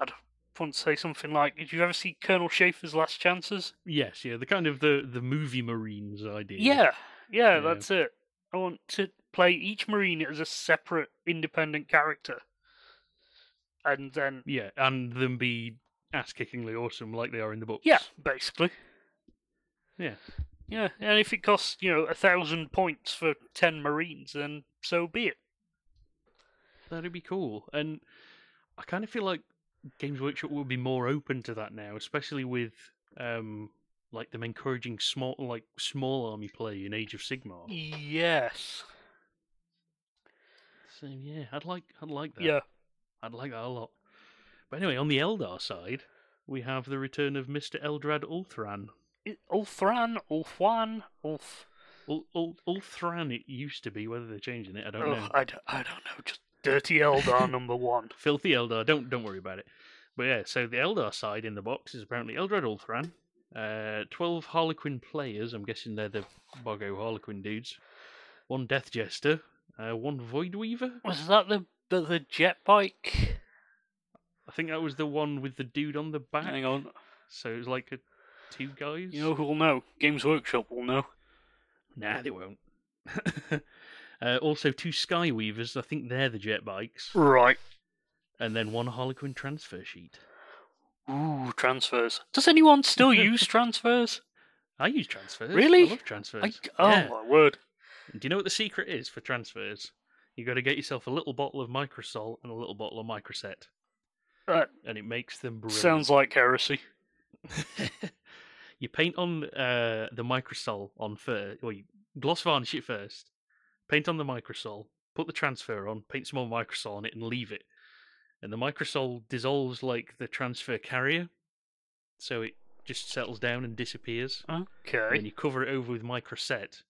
B: I don't want to say something like, did you ever see Colonel Schaefer's Last Chances?
A: yes, yeah, the kind of the the movie Marines idea.
B: Yeah, yeah,
A: Yeah.
B: that's it. I want to play each Marine as a separate, independent character. And then,
A: yeah, and them be ass kickingly awesome like they are in the books.
B: yeah, basically.
A: yeah.
B: Yeah, and if it costs, you know, a thousand points for ten Marines, then so be it.
A: That'd be cool. And I kind of feel like Games Workshop will be more open to that now, especially with um like them encouraging small like small army play in Age of Sigmar.
B: Yes.
A: So yeah, I'd like I'd like that.
B: Yeah.
A: I'd like that a lot. But anyway, on the Eldar side, we have the return of Mr. Eldrad Ulthran.
B: I- Ulthran, Ulthwan, Ulth.
A: Ul- Ul- Ulthran it used to be, whether they're changing it, I don't know.
B: Ugh, I, d- I don't know. Just dirty
A: (laughs)
B: Eldar number one.
A: Filthy Eldar. Don't don't worry about it. But yeah, so the Eldar side in the box is apparently Eldred Ulthran, uh, twelve Harlequin players. I'm guessing they're the Bogo Harlequin dudes. One Death Jester, uh, one Void Weaver.
B: Was that the the, the jet bike?
A: I think that was the one with the dude on the back.
B: Hang on.
A: So it was like a two guys.
B: You know who'll know? Games Workshop will know.
A: Nah, they won't. (laughs) uh, also two Skyweavers. I think they're the jet bikes,
B: Right.
A: and then one Harlequin transfer sheet.
B: Ooh, transfers. Does
A: (laughs)
B: anyone still use transfers?
A: I use transfers.
B: Really?
A: I love transfers.
B: I, oh
A: Yeah.
B: my word.
A: Do you know what the secret is for transfers? You got to get yourself a little bottle of Microsol and a little bottle of Microset,
B: That
A: and it makes them brilliant. (laughs)
B: sounds like heresy.
A: you paint on uh, the Microsol on first, or you gloss varnish it first, paint on the microsol, put the transfer on, paint some more microsol on it, and leave it. And the microsol dissolves like the transfer carrier, so it just settles down and disappears. And then
B: Okay.
A: you cover it over with microset,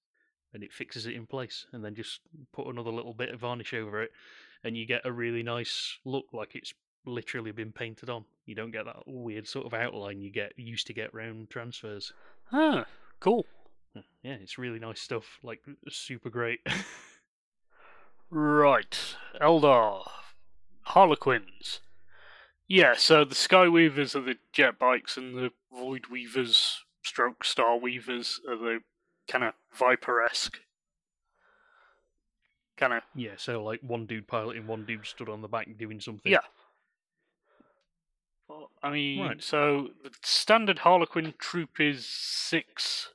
A: and it fixes it in place. And then just put another little bit of varnish over it, and you get a really nice look, like it's literally been painted on. You don't get that weird sort of outline you get used to get round transfers.
B: Huh. Cool.
A: Yeah, it's really nice stuff. Like uh, super great. (laughs)
B: Right. Eldar. Harlequins. Yeah, so the Sky Weavers are the jet bikes and the Void Weavers, stroke Star Weavers, are the kind of Viper esque. Kind of.
A: yeah, so like one dude piloting, one dude stood on the back doing something.
B: Yeah. I mean,
A: Right.
B: so the standard Harlequin troop is six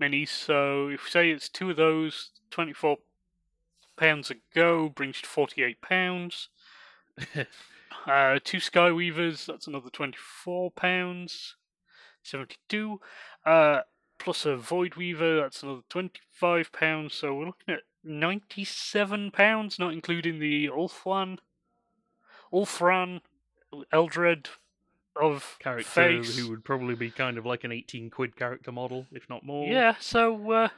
B: minis, so if say it's two of those, 24 pounds a go brings you to 48 pounds. Uh, two Skyweavers, that's another twenty-four pounds, seventy-two. Uh, plus a Void Weaver, that's another twenty-five pounds. So we're looking at ninety-seven pounds, not including the Ulfwan, Ulfran, Eldred of
A: Character
B: face.
A: who would probably be kind of like an eighteen quid character model, if not more.
B: Yeah. So uh,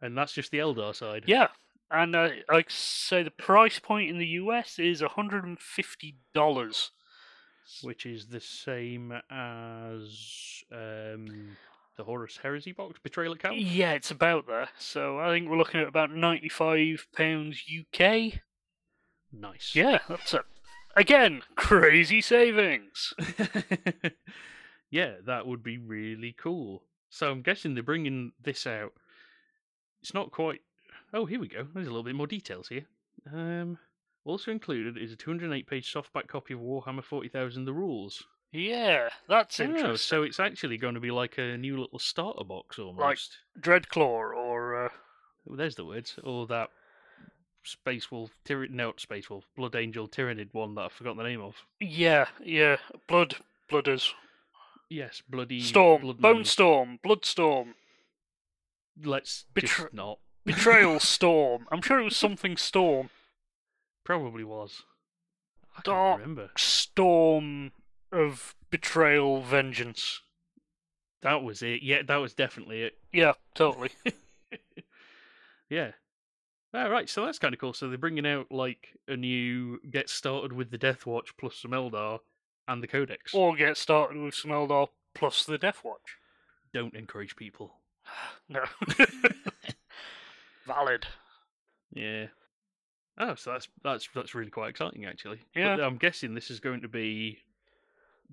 A: And that's just the Eldar side.
B: yeah, and uh, like I say, the price point in the US is hundred and fifty dollars.
A: Which is the same as um the Horus Heresy box, Betrayal at Camp.
B: Yeah, it's about there. So I think we're looking at about ninety-five pounds UK.
A: Nice.
B: Yeah, that's a again crazy savings.
A: (laughs) yeah, that would be really cool. So I'm guessing they're bringing this out. It's not quite. Oh, here we go. There's a little bit more details here. Um, also included is a 208-page softback copy of Warhammer 40,000: The Rules.
B: Yeah, that's
A: Oh,
B: interesting.
A: so it's actually going to be like a new little starter box almost.
B: Dreadclaw or uh,
A: Oh, There's the words. Or that Space Wolf, Tyranid, no, not Space Wolf, Blood Angel Tyranid one that I forgot the name of.
B: yeah, yeah, blood, blooders,
A: Yes, bloody
B: storm,
A: Blood
B: bone
A: Moon.
B: storm,
A: (laughs)
B: blood storm,
A: Let's
B: Betra-
A: just not.
B: betrayal storm. I'm sure it was something storm,
A: Probably was. I
B: Dark.
A: can't remember.
B: storm of betrayal, vengeance.
A: That was it. Yeah, that was definitely it.
B: Yeah, totally.
A: Yeah. All right, so that's kind of cool. So they're bringing out like a new get started with the Death Watch plus some Eldar and the Codex.
B: or get started with some Eldar plus the Death Watch.
A: Don't encourage people. (laughs)
B: No, (laughs) valid.
A: Yeah. Oh, so that's that's that's really quite exciting actually.
B: Yeah.
A: But I'm guessing this is going to be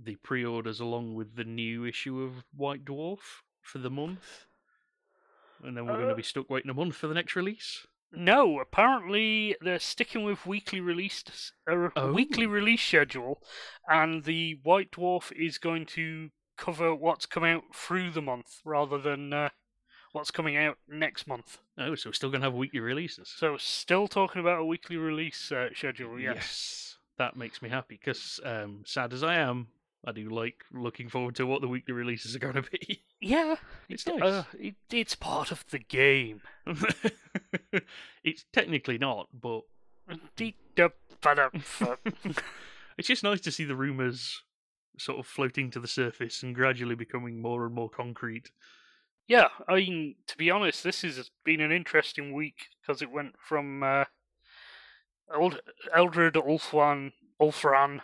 A: the pre-orders along with the new issue of White Dwarf for the month. And then we're going
B: Uh,
A: to be stuck waiting a month for the next release.
B: No, apparently they're sticking with weekly released uh,
A: Oh.
B: weekly release schedule, and the White Dwarf is going to cover what's come out through the month rather than uh, what's coming out next month.
A: Oh, so we're still going to have weekly releases.
B: So we're still talking about a weekly release uh, schedule. Yes.
A: That makes me happy because, um, sad as I am, I do like looking forward to what the weekly releases are going to be. (laughs)
B: Yeah.
A: It's
B: it-
A: nice.
B: uh, it, it's part of the game.
A: (laughs) it's technically not, but Mm. it's just nice to see the rumours sort of floating to the surface and gradually becoming more and more concrete.
B: Yeah, I mean, to be honest, this has been an interesting week because it went from uh, Eld- Eldred Ulfwan, Ulfran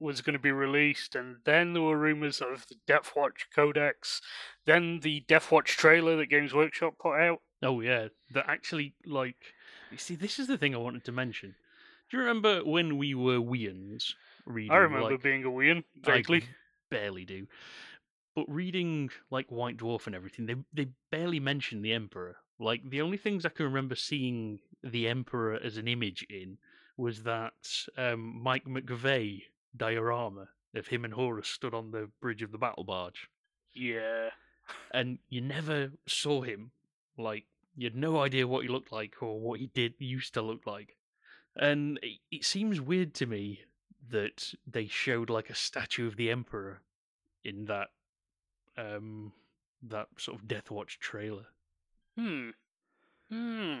B: was going to be released, and then there were rumors of the Death Watch Codex, then the Death Watch trailer that Games Workshop put out.
A: Oh, yeah. That actually, like, you see, this is the thing I wanted to mention. Do you remember when we were Weans? Reading,
B: I remember
A: like,
B: being a Wien,
A: I
B: vaguely.
A: barely do. But reading like White Dwarf and everything, they they barely mention the Emperor. Like the only things I can remember seeing the Emperor as an image in was that um, Mike McVeigh diorama of him and Horus stood on the bridge of the battle barge,
B: Yeah.
A: and you never saw him. Like you had no idea what he looked like or what he did used to look like, and it, it seems weird to me that they showed like a statue of the emperor in that um that sort of death watch trailer
B: Hmm. Hmm.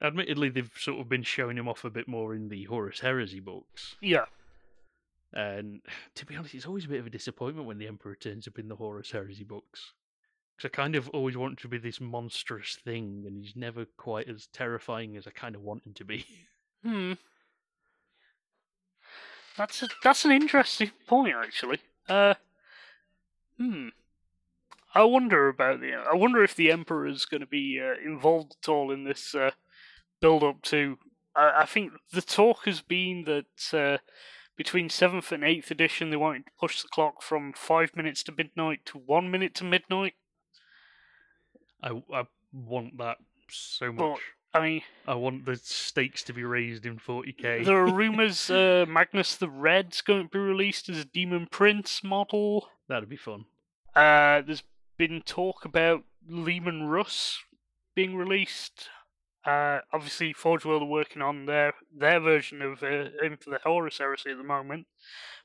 A: Admittedly, they've sort of been showing him off a bit more in the Horus Heresy books.
B: Yeah.
A: And (sighs) to be honest, it's always a bit of a disappointment when the Emperor turns up in the Horus Heresy books. Because I kind of always want him to be this monstrous thing, and he's never quite as terrifying as I kind of want him to be. (laughs)
B: Hmm. That's a, that's an interesting point, actually. Uh, hmm. I wonder about the. I wonder if the Emperor is going to be uh, involved at all in this uh, build up to. I, I think the talk has been that uh, between seventh and eighth edition, they wanted to push the clock from five minutes to midnight to one minute to midnight.
A: I, I want that so
B: Well,
A: much.
B: I mean,
A: I want the stakes to be raised in 40k.
B: There are rumors uh, Magnus the Red's going to be released as a Demon Prince model.
A: That'd be fun.
B: Uh, there's been talk about Lehman Russ being released. Uh, obviously, Forge World are working on their their version of uh, him for the Horus Heresy at the moment,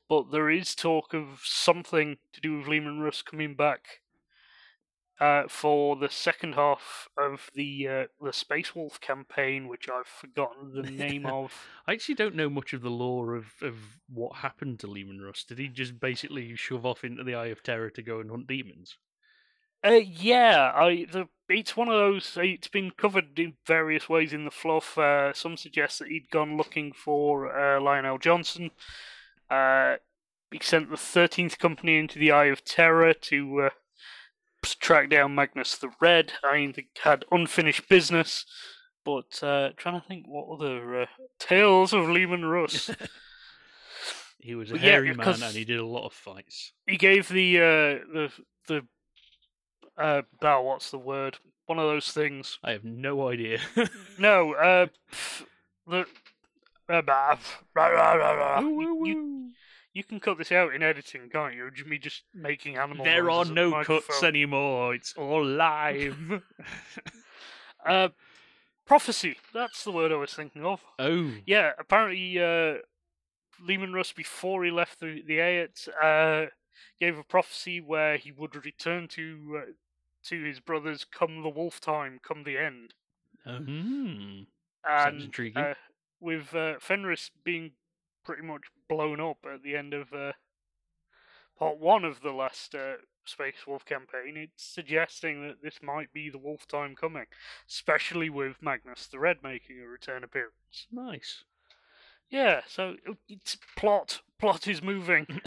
B: but there is talk of something to do with Lehman Russ coming back uh, for the second half of the uh, the Space Wolf campaign, which I've forgotten the name of.
A: I actually don't know much of the lore of, of what happened to Lehman Russ. Did he just basically shove off into the Eye of Terror to go and hunt demons?
B: Uh, yeah, I the it's one of those. It's been covered in various ways in the fluff. Uh, some suggest that he'd gone looking for uh, Lionel Johnson. Uh, he sent the Thirteenth Company into the Eye of Terror to uh, s- track down Magnus the Red. I mean, they had unfinished business. But uh, trying to think, what other uh, tales of Lehman Russ?
A: He was a
B: Well, yeah,
A: hairy man and
B: because-
A: he did a lot of fights.
B: he gave the uh, the the uh, oh, what's the word? One of those things.
A: I have no idea. (laughs)
B: No, uh, pff, the. uh, bah, pff, rah, rah, rah, rah.
A: Woo,
B: You-
A: woo,
B: You,
A: woo.
B: you can cut this out in editing, can't you? Ju- Me just making animal.
A: There are
B: noises at the
A: no cuts
B: microphone.
A: anymore. It's all live.
B: Uh, prophecy. That's the word I was thinking of.
A: (laughs) oh,
B: Yeah, apparently, uh, Lehman Russ before he left the the Ayat, uh, gave a prophecy where he would return to uh, to his brothers come the wolf time, come the end.
A: Mhm.
B: and
A: intriguing.
B: uh, with uh, Fenris being pretty much blown up at the end of uh, part one of the last uh, Space Wolf campaign, it's suggesting that this might be the Wolf time coming, especially with Magnus the Red making a return appearance.
A: nice.
B: Yeah, so it- it's plot. Plot
A: (laughs)
B: is moving.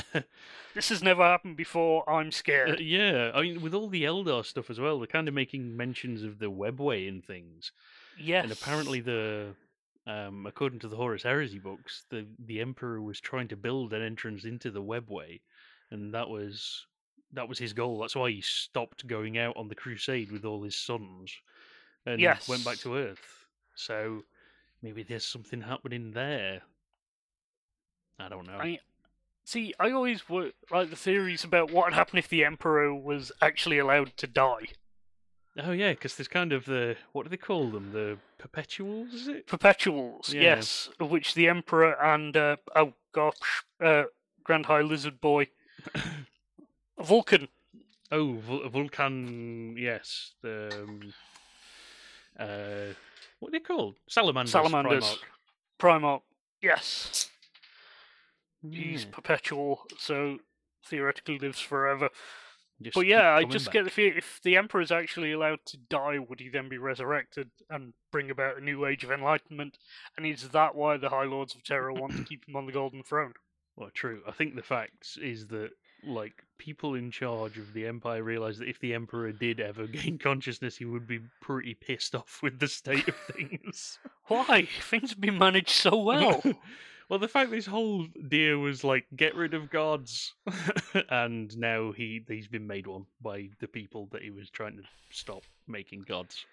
B: this has never happened before. I'm
A: Uh,
B: scared.
A: yeah, I mean, with all the Eldar stuff as well, they're kind of making mentions of the webway and things.
B: Yes.
A: And apparently, the um, according to the Horus Heresy books, the the Emperor was trying to build an entrance into the webway, and that was that was his goal. That's why he stopped going out on the crusade with all his sons, and went back
B: Yes.
A: to Earth. So maybe there's something happening there. I don't know.
B: I- See, I always wo- like the theories about what would happen if the Emperor was actually allowed to die.
A: Oh yeah, because there's kind of the what do they call them? The perpetuals, is it?
B: perpetuals,
A: Yeah.
B: yes, of which the Emperor and uh, oh gosh, uh, Grand High
A: (coughs)
B: Lizard Boy, Vulcan.
A: Oh, Vul- Vulcan. Yes, the um, uh, what are they called? Salamanders.
B: Salamanders.
A: Primarch.
B: Primarch, yes, he's
A: Yeah,
B: perpetual, so theoretically lives forever.
A: just
B: But
A: keep
B: yeah, I
A: coming
B: just
A: back.
B: get the fear if the Emperor's actually allowed to die, would he then be resurrected and bring about a new age of enlightenment? And is that why the High Lords of Terror want
A: (coughs)
B: to keep him on the Golden Throne?
A: Well, true. I think the fact is that like people in charge of the Empire realized that if the Emperor did ever (laughs) gain consciousness, he would be pretty pissed off with the state of (laughs) things.
B: Why? Things have been managed
A: (laughs)
B: so well.
A: well, the fact this whole deal was like get rid of gods, (laughs) and now he he's been made one by the people that he was trying to stop making gods.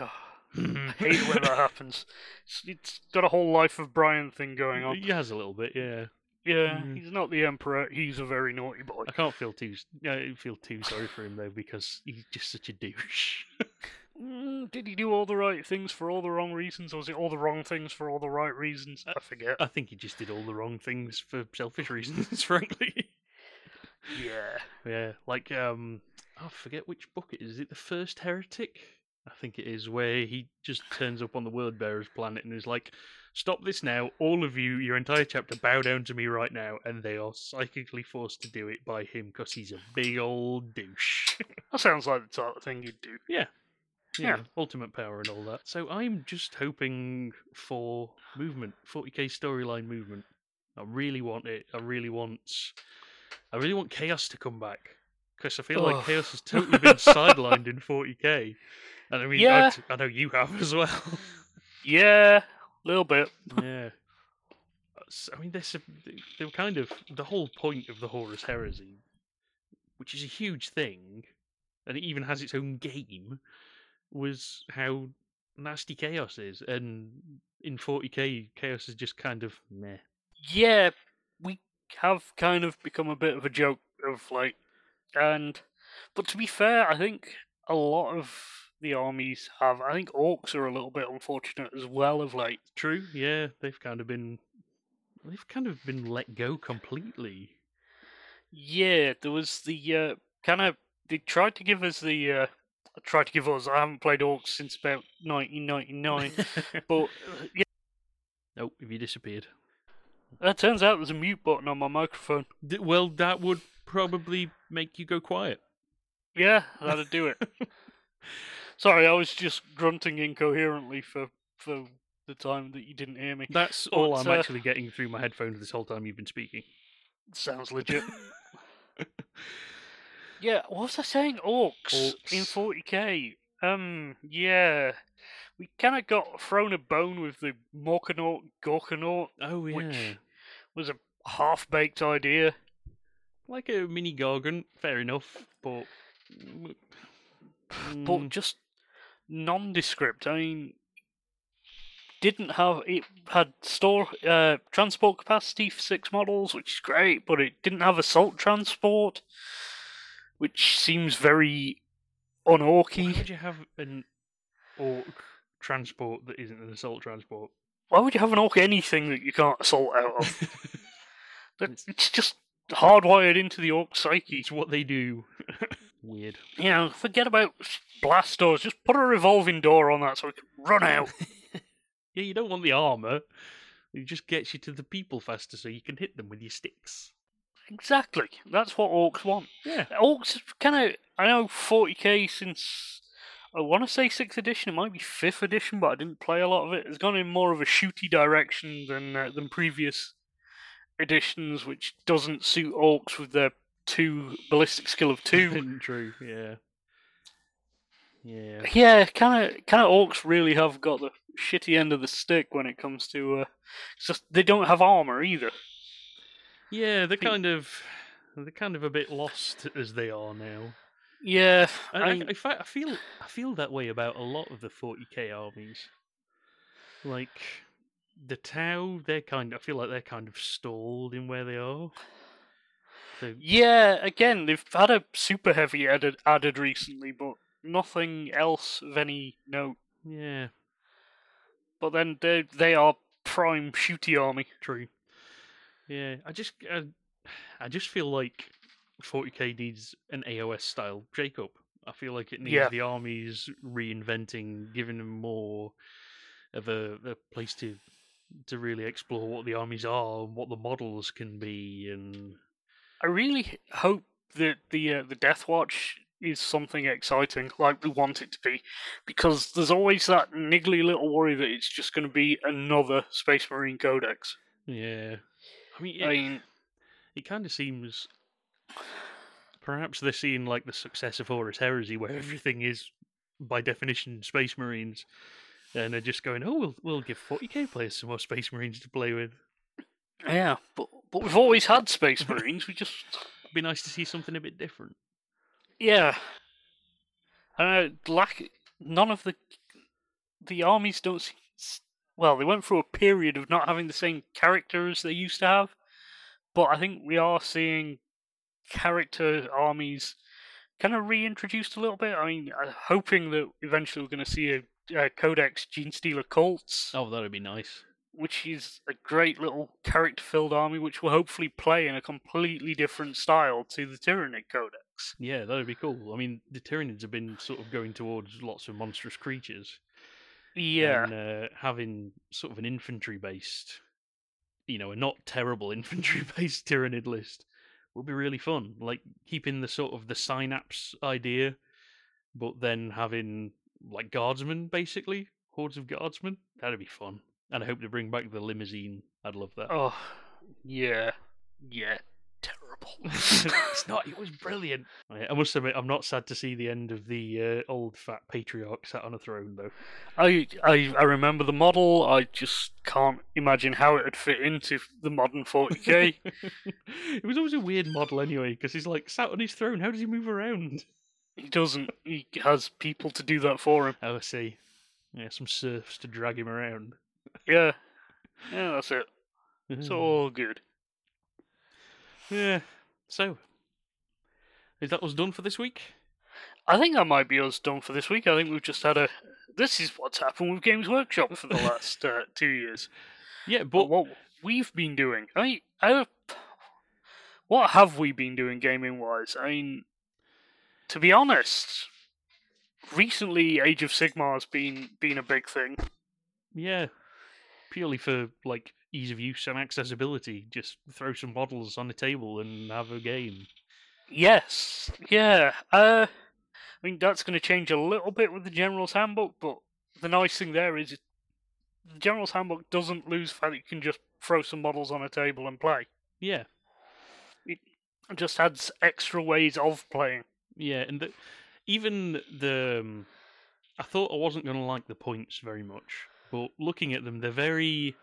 B: I
A: (laughs)
B: hate it when (laughs) that happens. It's, it's got a whole life of Brian thing going on.
A: He has a little bit, yeah.
B: Yeah,
A: Mhm.
B: he's not the emperor. He's a very naughty boy.
A: I can't feel too s- I feel too sorry for him though because he's just such a douche.
B: (laughs)
A: (laughs)
B: Mm, did he do all the right things for all the wrong reasons, or was it all the wrong things for all the right reasons? I forget.
A: I think he just did all the wrong things for selfish reasons, (laughs) frankly.
B: yeah.
A: Yeah, like um, I forget which book it is. Is it the first heretic? I think it is, where he just turns up on the Word Bearer's planet and is like, "Stop this now! All of you, your entire chapter, bow down to me right now!" And they are psychically forced to do it by him because he's a big old douche.
B: That sounds like the type of thing you'd do.
A: yeah,
B: Yeah.
A: ultimate power and all that. So I'm just hoping for movement, 40k storyline movement. I really want it. I really want. I really want chaos to come back because I feel like
B: Ugh.
A: chaos has totally
B: (laughs)
A: been sidelined in 40k. And I mean,
B: Yeah.
A: I've- I know you have (laughs) as well.
B: Yeah, a little bit.
A: yeah. Uh, S- I mean, they're, sub- they- they were kind of the whole point of the Horus Heresy, which is a huge thing, and it even has its own game, was how nasty chaos is. And in 40k, chaos is just kind of meh.
B: Yeah, we have kind of become a bit of a joke of like, and but to be fair, I think a lot of the armies have. I think orcs are a little bit unfortunate as well. Of like,
A: True, yeah, they've kind of been. They've kind of been let go completely.
B: yeah, there was the uh, kind of they tried to give us the. Uh, tried to give us. I haven't played orcs since about (laughs)
A: (laughs)
B: 1999, but uh, yeah,
A: nope, have you disappeared?
B: that turns out there's a mute button on my microphone.
A: D- well, that would probably make you go quiet.
B: Yeah, that'd do (laughs) it. Sorry, I was just grunting incoherently for for the time that you didn't hear me.
A: That's
B: Well,
A: all
B: it's,
A: I'm
B: uh,
A: actually getting through my headphones this whole time you've been speaking.
B: Sounds legit. (laughs) yeah, what was I saying? Orcs, in
A: Orcs.
B: 40k. Um, yeah, we kind of got thrown a bone with the Morkanaut Gorkanaut,
A: Oh yeah,
B: which was a half-baked idea.
A: like a mini gargant, fair enough, but mm,
B: but
A: mm,
B: just nondescript. I mean, didn't have it had store uh, transport capacity for six models, which is great, but it didn't have assault transport, which seems very
A: why
B: unorky.
A: would you have an orc transport that isn't an assault transport?
B: Why would you have an orc anything that you can't assault out of? (laughs) That- it's just hardwired into the orc psyche.
A: It's what they do. Weird.
B: You know, forget about s- blast doors. Just put a revolving door on that so it can run out.
A: (laughs) Yeah, you don't want the armor. It just gets you to the people faster, so you can hit them with your sticks.
B: exactly. That's what orcs want.
A: Yeah,
B: Orcs kind of. I know 40k since I want to say sixth edition. It might be fifth edition, but I didn't play a lot of it. It's gone in more of a shooty direction than uh, than previous editions, which doesn't suit orcs with their two ballistic skill of two.
A: true. (laughs) Yeah, yeah.
B: yeah, kind of kind of orcs really have got the shitty end of the stick when it comes to. Uh, it's just they don't have armor either.
A: Yeah, they're
B: think-
A: kind of they're kind of a bit lost as they are now.
B: Yeah,
A: I, I,
B: I-
A: I, fe- I feel I feel that way about a lot of the 40k armies. Like the Tau, they're kind. I feel like they're kind of stalled in where they are. So,
B: Yeah, again, they've had a super heavy added, added recently, but nothing else of any note.
A: yeah,
B: But then they they are prime shooty army.
A: true. Yeah, I just I, I just feel like 40k needs an AOS style shake up. I feel like it needs
B: Yeah.
A: the armies reinventing, giving them more of a, a place to to really explore what the armies are and what the models can be and
B: I really h- hope that the uh, the Death Watch is something exciting, like we want it to be, because there's always that niggly little worry that it's just going to be another Space Marine Codex.
A: Yeah. I mean,
B: I
A: it,
B: mean,
A: it kind of seems. Perhaps they're seeing like the success of Horus Heresy, where everything is, by definition, Space Marines, and they're just going, "Oh, we'll we'll give 40k players some more Space Marines to play with."
B: yeah, but but we've always had Space Marines. We just
A: It'd be nice to see something a bit different.
B: Yeah. Uh, lack none of the the armies don't. Seem, s- well, they went through a period of not having the same characters they used to have, but I think we are seeing character armies kind of reintroduced a little bit. I mean, I'm hoping that eventually we're going to see a, a Codex Gene Stealer Colts.
A: Oh, that'd be nice.
B: which is a great little character-filled army, which will hopefully play in a completely different style to the Tyranid Codex.
A: Yeah, that'd be cool. I mean, the Tyranids have been sort of going towards lots of monstrous creatures.
B: Yeah,
A: And uh, having sort of an infantry based, you know, a not terrible (laughs) infantry based Tyranid list will be really fun. Like keeping the sort of the synapse idea, but then having like guardsmen basically, hordes of guardsmen. That'd be fun. And I hope they bring back the limousine. I'd love that.
B: oh, yeah, yeah, (laughs) terrible.
A: (laughs) it's not. It was brilliant. I I must admit, I'm not sad to see the end of the uh, old fat patriarch sat on a throne, though.
B: I, I I remember the model. I just can't imagine how it would fit into the modern 40k.
A: (laughs) it was always a weird model anyway, because he's like sat on his throne. How does he move around?
B: he doesn't. He has people to do that for him.
A: Oh, I see. Yeah, some serfs to drag him around.
B: Yeah, yeah, that's it. It's
A: Hmm.
B: all good.
A: yeah. So, is that us done for this week?
B: I think that might be us done for this week. I think we've just had a. This is what's happened with Games Workshop for the last uh, two years.
A: Yeah,
B: But
A: but
B: what we've been doing, I mean, I, what have we been doing gaming wise? I mean, to be honest, recently Age of Sigma has been been a big thing.
A: yeah, purely for like ease of use and accessibility, just throw some models on the table and have a game.
B: Yes, yeah. Uh, I mean, that's going to change a little bit with the General's Handbook, but the nice thing there is it, the General's Handbook doesn't lose the fact that you can just throw some models on a table and play.
A: Yeah.
B: It just adds extra ways of playing.
A: Yeah, and the, even the, um, I thought I wasn't going to like the points very much, but looking at them, they're very.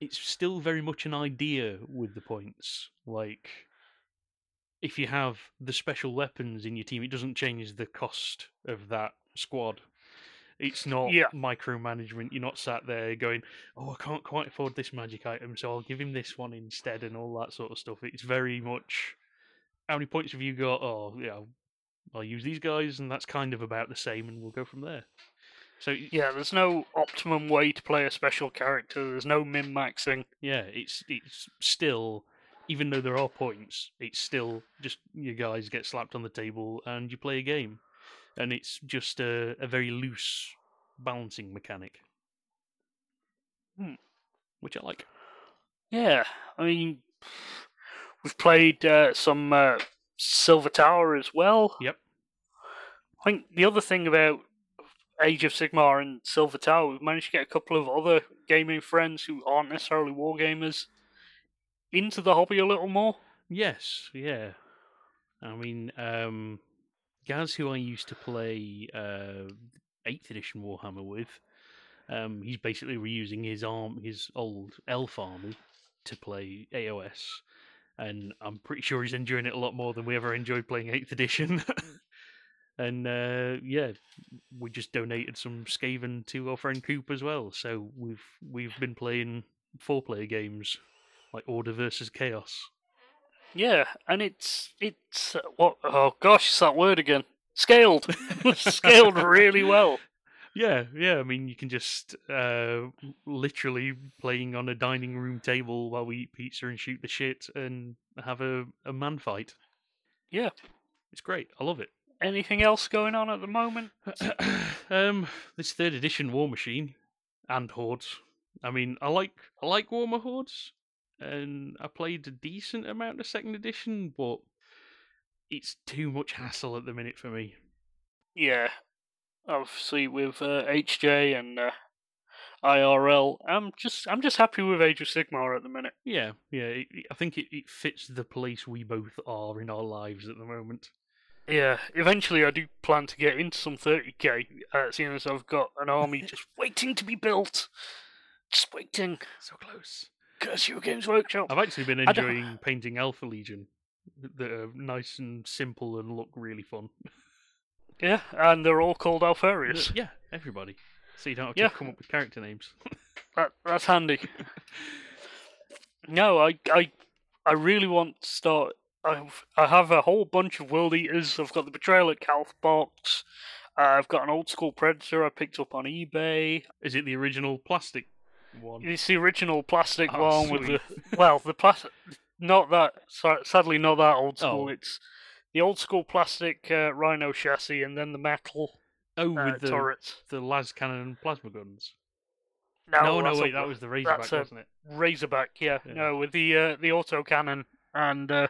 A: It's still very much an idea with the points. Like, if you have the special weapons in your team, it doesn't change the cost of that squad. It's not
B: Yeah.
A: micromanagement. You're not sat there going, "Oh, I can't quite afford this magic item, so I'll give him this one instead," and all that sort of stuff. It's very much how many points have you got? Oh, yeah, I'll use these guys, and that's kind of about the same, and we'll go from there. So y-
B: Yeah, there's no optimum way to play a special character. There's no min maxing.
A: yeah, it's it's still, even though there are points, it's still just you guys get slapped on the table and you play a game, and it's just a, a very loose balancing mechanic,
B: Hmm.
A: which I like.
B: Yeah, I mean, we've played uh, some uh, Silver Tower as well.
A: Yep.
B: I think the other thing about Age of Sigmar and Silver Tower, we've managed to get a couple of other gaming friends who aren't necessarily wargamers into the hobby a little more.
A: Yes, yeah. I mean, um, Gaz, who I used to play uh, Eighth Edition Warhammer with, um, he's basically reusing his arm, his old elf army, to play AOS, and I'm pretty sure he's enjoying it a lot more than we ever enjoyed playing Eighth Edition. (laughs) and uh, yeah, we just donated some Skaven to our friend Coop as well, so we've we've been playing four player games like Order versus Chaos.
B: Yeah, and it's it's uh, what? Oh gosh, it's that word again. (laughs) Scaled, scaled really well.
A: Yeah, yeah. I mean, you can just uh, literally playing on a dining room table while we eat pizza and shoot the shit and have a, a man fight.
B: Yeah.
A: It's great. I love it. (clears throat)
B: Anything else going on at the moment?
A: um, this third edition War Machine and Hordes. I mean, I like I like Warmer Hordes, and I played a decent amount of second edition, but it's too much hassle at the minute for me.
B: Yeah, obviously with uh, HJ and uh, IRL, I'm just I'm just happy with Age of Sigmar at the minute.
A: Yeah, yeah. It, it- I think it, it fits the place we both are in our lives at the moment.
B: Yeah, eventually I do plan to get into some 30k, uh, seeing as I've got an (laughs) army just waiting to be built. Just waiting.
A: So close.
B: Curse you, Games Workshop.
A: I've actually been
B: I don't-
A: enjoying painting Alpha Legion. That are nice and simple and look really fun.
B: Yeah, and they're all called
A: Th-
B: Alfarius.
A: Yeah, everybody. So you don't have to
B: Yeah.
A: come up with character names.
B: That, that's handy. No, I, I, I really want to start. I've, I have a whole bunch of world eaters. I've got the betrayal at Calfbox. Uh, I've got an old school predator I picked up on eBay.
A: Is it the original plastic One.
B: It's the original plastic
A: Oh,
B: one
A: sweet.
B: with
A: (laughs)
B: the well, the plastic. Not that. sa- Sadly, not that old
A: Oh.
B: school. It's the old school plastic uh, Rhino chassis, and then the metal
A: Oh,
B: uh,
A: with the
B: turrets.
A: the las cannon and plasma guns. no,
B: that's
A: no,
B: not
A: wait, that
B: what-
A: was the Razorback,
B: that's a-
A: wasn't it?
B: Razorback. Yeah,
A: Yeah.
B: no, with the uh, the auto cannon and. Uh,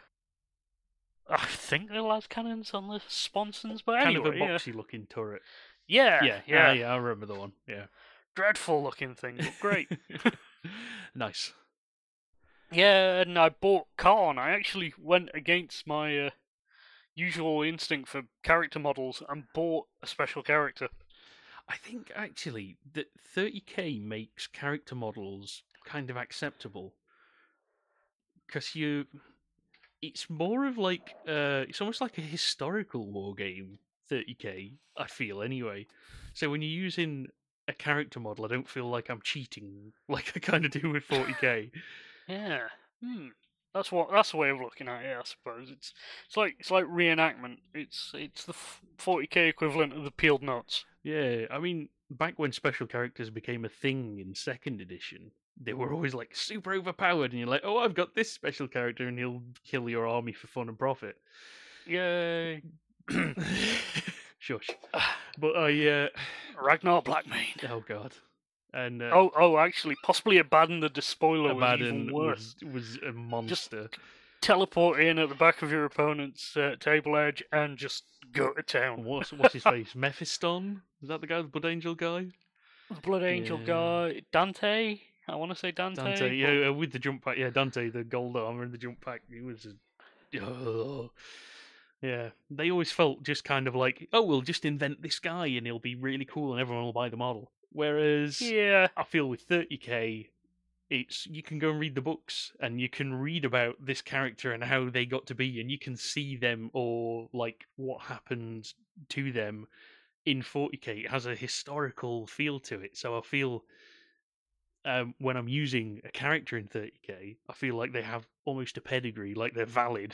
B: I think the las cannons on the sponsons, but
A: Kind
B: anyway,
A: of a
B: yeah.
A: boxy looking turret.
B: Yeah,
A: Yeah, yeah, yeah. I remember the one. Yeah, (laughs)
B: dreadful looking thing, but great.
A: nice.
B: Yeah, and I bought Khan. I actually went against my uh, usual instinct for character models and bought a special character.
A: I think actually that 30k makes character models kind of acceptable because you, it's more of like uh, it's almost like a historical war game. 30k, I feel anyway. So when you're using a character model, I don't feel like I'm cheating (laughs) like I kind of do with 40k.
B: Yeah. Hmm. That's what. That's the way of looking at it, I suppose. It's it's like it's like reenactment. It's it's the forty k equivalent of the peeled nuts.
A: Yeah, I mean, back when special characters became a thing in second edition, they were always like super overpowered, and you're like, oh, I've got this special character, and he'll kill your army for fun and
B: (laughs)
A: profit. (clears throat)
B: Yay!
A: Shush. But I, uh,
B: Ragnar Blackmane.
A: oh god, and uh,
B: Oh oh, actually, possibly Abaddon the Despoiler was
A: Abaddon
B: even worse.
A: was, was a
B: (laughs)
A: monster.
B: Teleport in at the back of your opponent's uh, table edge and just go to town.
A: What's what's his face? Mephiston? Is that the guy, the Blood Angel guy?
B: The Blood Angel
A: Yeah.
B: guy, Dante. I want to say Dante.
A: Dante,
B: but-
A: yeah, uh, with the jump pack, yeah, Dante, the gold armor and the jump pack, he was, a... Ugh. yeah, they always felt just kind of like, oh, we'll just invent this guy and he'll be really cool and everyone will buy the model. Whereas
B: yeah,
A: I feel with 30k, it's you can go and read the books and you can read about this character and how they got to be and you can see them or like what happened to them in 40k it has a historical feel to it so i feel um, when i'm using a character in 30k i feel like they have almost a pedigree like they're valid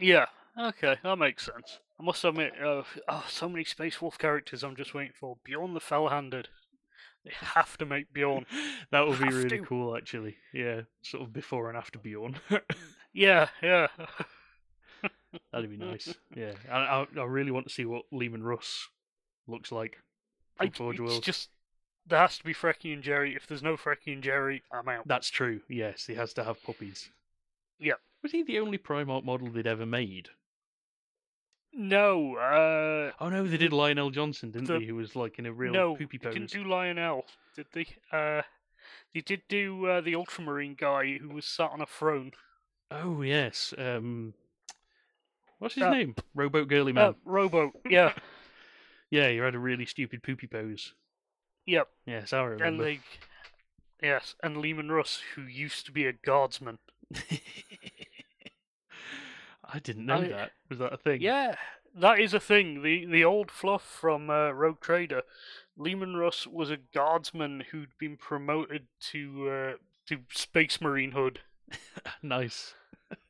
B: yeah. Okay, that makes sense. I must admit, uh, oh, so many Space Wolf characters I'm just waiting for. Bjorn the Fell-Handed. They have to make Bjorn.
A: (laughs) that would be
B: Have
A: really
B: to.
A: cool actually yeah sort of before and after bjorn
B: Yeah, yeah.
A: That'd be nice. yeah, I, I, I really want to see what Lehman Russ looks like.
B: I,
A: from Forge
B: it's
A: World.
B: just there has to be Frecky and Jerry. If there's no Frecky and Jerry, I'm out.
A: That's true. Yes, he has to have puppies.
B: Yep.
A: Was he the only Primarch model they'd ever made?
B: No, uh,
A: Oh no, they did Lionel Johnson, didn't
B: The-
A: they? Who was like in a real
B: no,
A: poopy
B: they
A: pose.
B: didn't do Lionel, did they? Uh, they did do uh, the Ultramarine guy who was sat on a throne.
A: Oh yes. Um, what's his
B: Uh,
A: name? Rowboat Girly Man.
B: Uh, Robo,
A: (laughs)
B: yeah.
A: yeah, he had a really stupid poopy pose.
B: Yep,
A: Yes, I
B: and
A: remember.
B: like, yes, and Lehman Russ, who used to be a guardsman.
A: (laughs) I didn't know
B: I-
A: that. Was that a thing?
B: Yeah, that is a thing. the The old fluff from uh, Rogue Trader, Lehman Russ was a guardsman who'd been promoted to uh, to Space Marine Hood.
A: nice.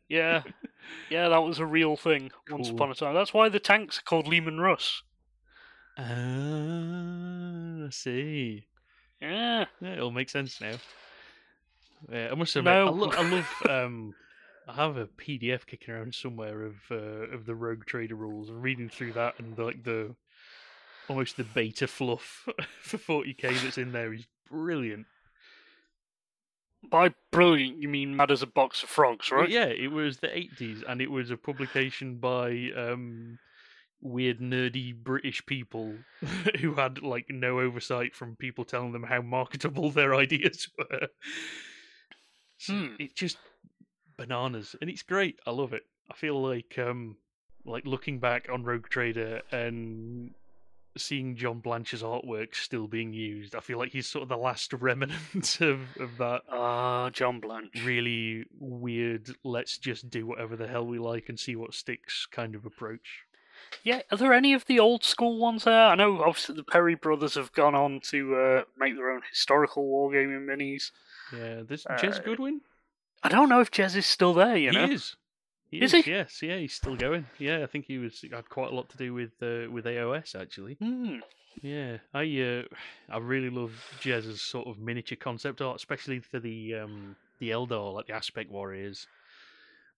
B: Yeah, yeah, that was a real thing once
A: Cool.
B: upon a time. That's why the tanks are called Lehman Russ.
A: Ah, I see.
B: Yeah,
A: Yeah, it all makes sense now. Yeah, I must admit, I,
B: No.
A: lo- I love. Um, I have a PDF kicking around somewhere of uh, of the Rogue Trader rules. and reading through that and like the almost the beta fluff (laughs) for 40k that's in there is brilliant.
B: by brilliant you mean mad as a box of frogs,
A: But
B: right?
A: yeah, it was the 80s, and it was a publication by um, weird, nerdy British people (laughs) who had like no oversight from people telling them how marketable their ideas (laughs) were. So
B: Hmm.
A: It just bananas, and it's great. I love it. I feel like um, like looking back on Rogue Trader and seeing John Blanche's artwork still being used. I feel like he's sort of the last (laughs) remnant of, of that
B: Ah, John Blanche.
A: really weird let's just do whatever the hell we like and see what sticks kind of approach
B: Yeah, are there any of the old school ones there? I know obviously the Perry brothers have gone on to uh, make their own historical wargaming minis.
A: yeah there's
B: Uh,
A: jez goodwin
B: I don't know if Jez is still there, you know.
A: he is He
B: Is
A: is,
B: he?
A: Yes, yeah, he's still going. Yeah, I think he was had quite a lot to do with uh, with AOS actually.
B: Hmm.
A: Yeah, I uh, (sighs) I really love Jez's sort of miniature concept art, especially for the um the Eldor, like the Aspect Warriors.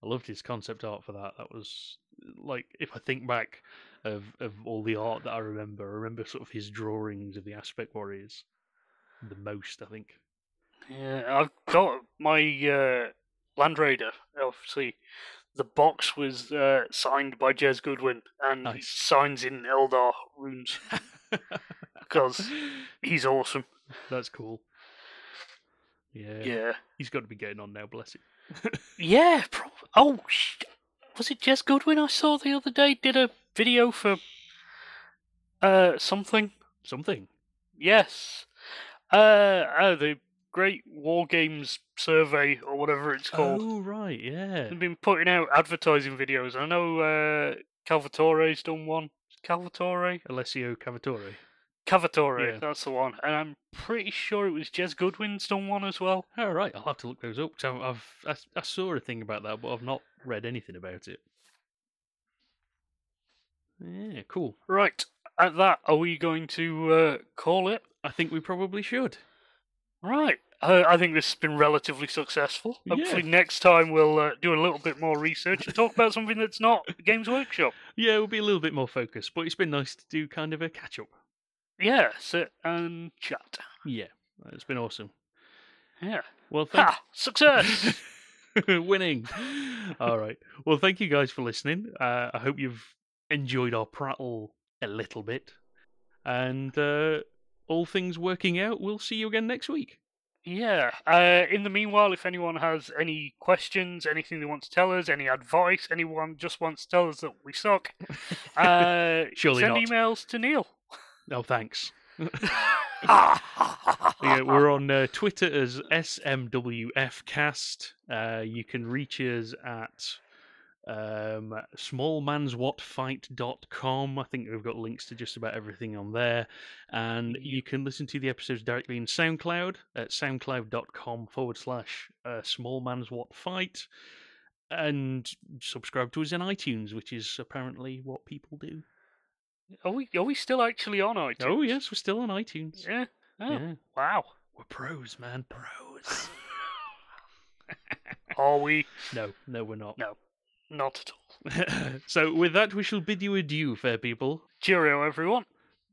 A: I loved his concept art for that. That was like if I think back of of all the art that I remember, I remember sort of his drawings of the Aspect Warriors the most. I think.
B: Yeah, I've got my uh, Land Raider. Obviously, the box was uh, signed by Jez Goodwin, and it
A: Nice.
B: signs in Eldar
A: (laughs)
B: runes because he's awesome.
A: That's cool. Yeah,
B: Yeah,
A: he's got to be getting on now. Bless him.
B: yeah. Prob- oh, sh- was it Jez Goodwin I saw the other day? Did a video for uh something.
A: Something.
B: Yes. Uh, oh, the Great War Games Survey or whatever it's called.
A: Oh right, yeah.
B: They've been putting out advertising videos. I know uh, Calvatore's done one. Calvatore?
A: Alessio Cavatore.
B: Cavatore,
A: Yeah.
B: that's the one. And I'm pretty sure it was Jez Goodwin's done one as well.
A: All right, I'll have to look those up. 'cause I've, I've I, s- I saw a thing about that, but I've not read anything about it. Yeah, cool.
B: Right, at that, are we going to uh, call it?
A: I think we probably should.
B: Right. Uh, I think this has been relatively successful.
A: Yeah.
B: Hopefully, next time we'll uh, do a little bit more research and talk about something that's not Games Workshop.
A: Yeah, we'll be a little bit more focused, but it's been nice to do kind of a catch up.
B: Yeah, sit and chat.
A: Yeah, it's been awesome.
B: Yeah.
A: Well, thank
B: Ha! Success!
A: (laughs) Winning. All right. Well, thank you guys for listening. Uh, I hope you've enjoyed our prattle a little bit. And uh, all things working out, we'll see you again next week.
B: Yeah. Uh, in the meanwhile, if anyone has any questions, anything they want to tell us, any advice, anyone just wants to tell us that
A: (laughs)
B: we suck, uh,
A: Surely
B: send
A: not.
B: emails to
A: (laughs)
B: Neil. (laughs)
A: No, Oh, thanks. (laughs) yeah, we're on uh, Twitter as SMWFcast. Uh, you can reach us at um, smallmanswhatfight.com. I think we've got links to just about everything on there. And you can listen to the episodes directly in SoundCloud at soundcloud.com forward slash uh, smallmanswhatfight. And subscribe to us in iTunes, which is apparently what people do.
B: Are we are we still actually on iTunes?
A: Oh, yes, we're still on iTunes.
B: Yeah. Oh,
A: yeah.
B: Wow.
A: We're pros, man. Pros.
B: Are we?
A: no, no, (laughs) we're not.
B: No. Not at all.
A: so, with that, we shall bid you adieu, fair people.
B: Cheerio, everyone.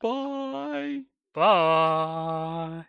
A: Bye.
B: Bye.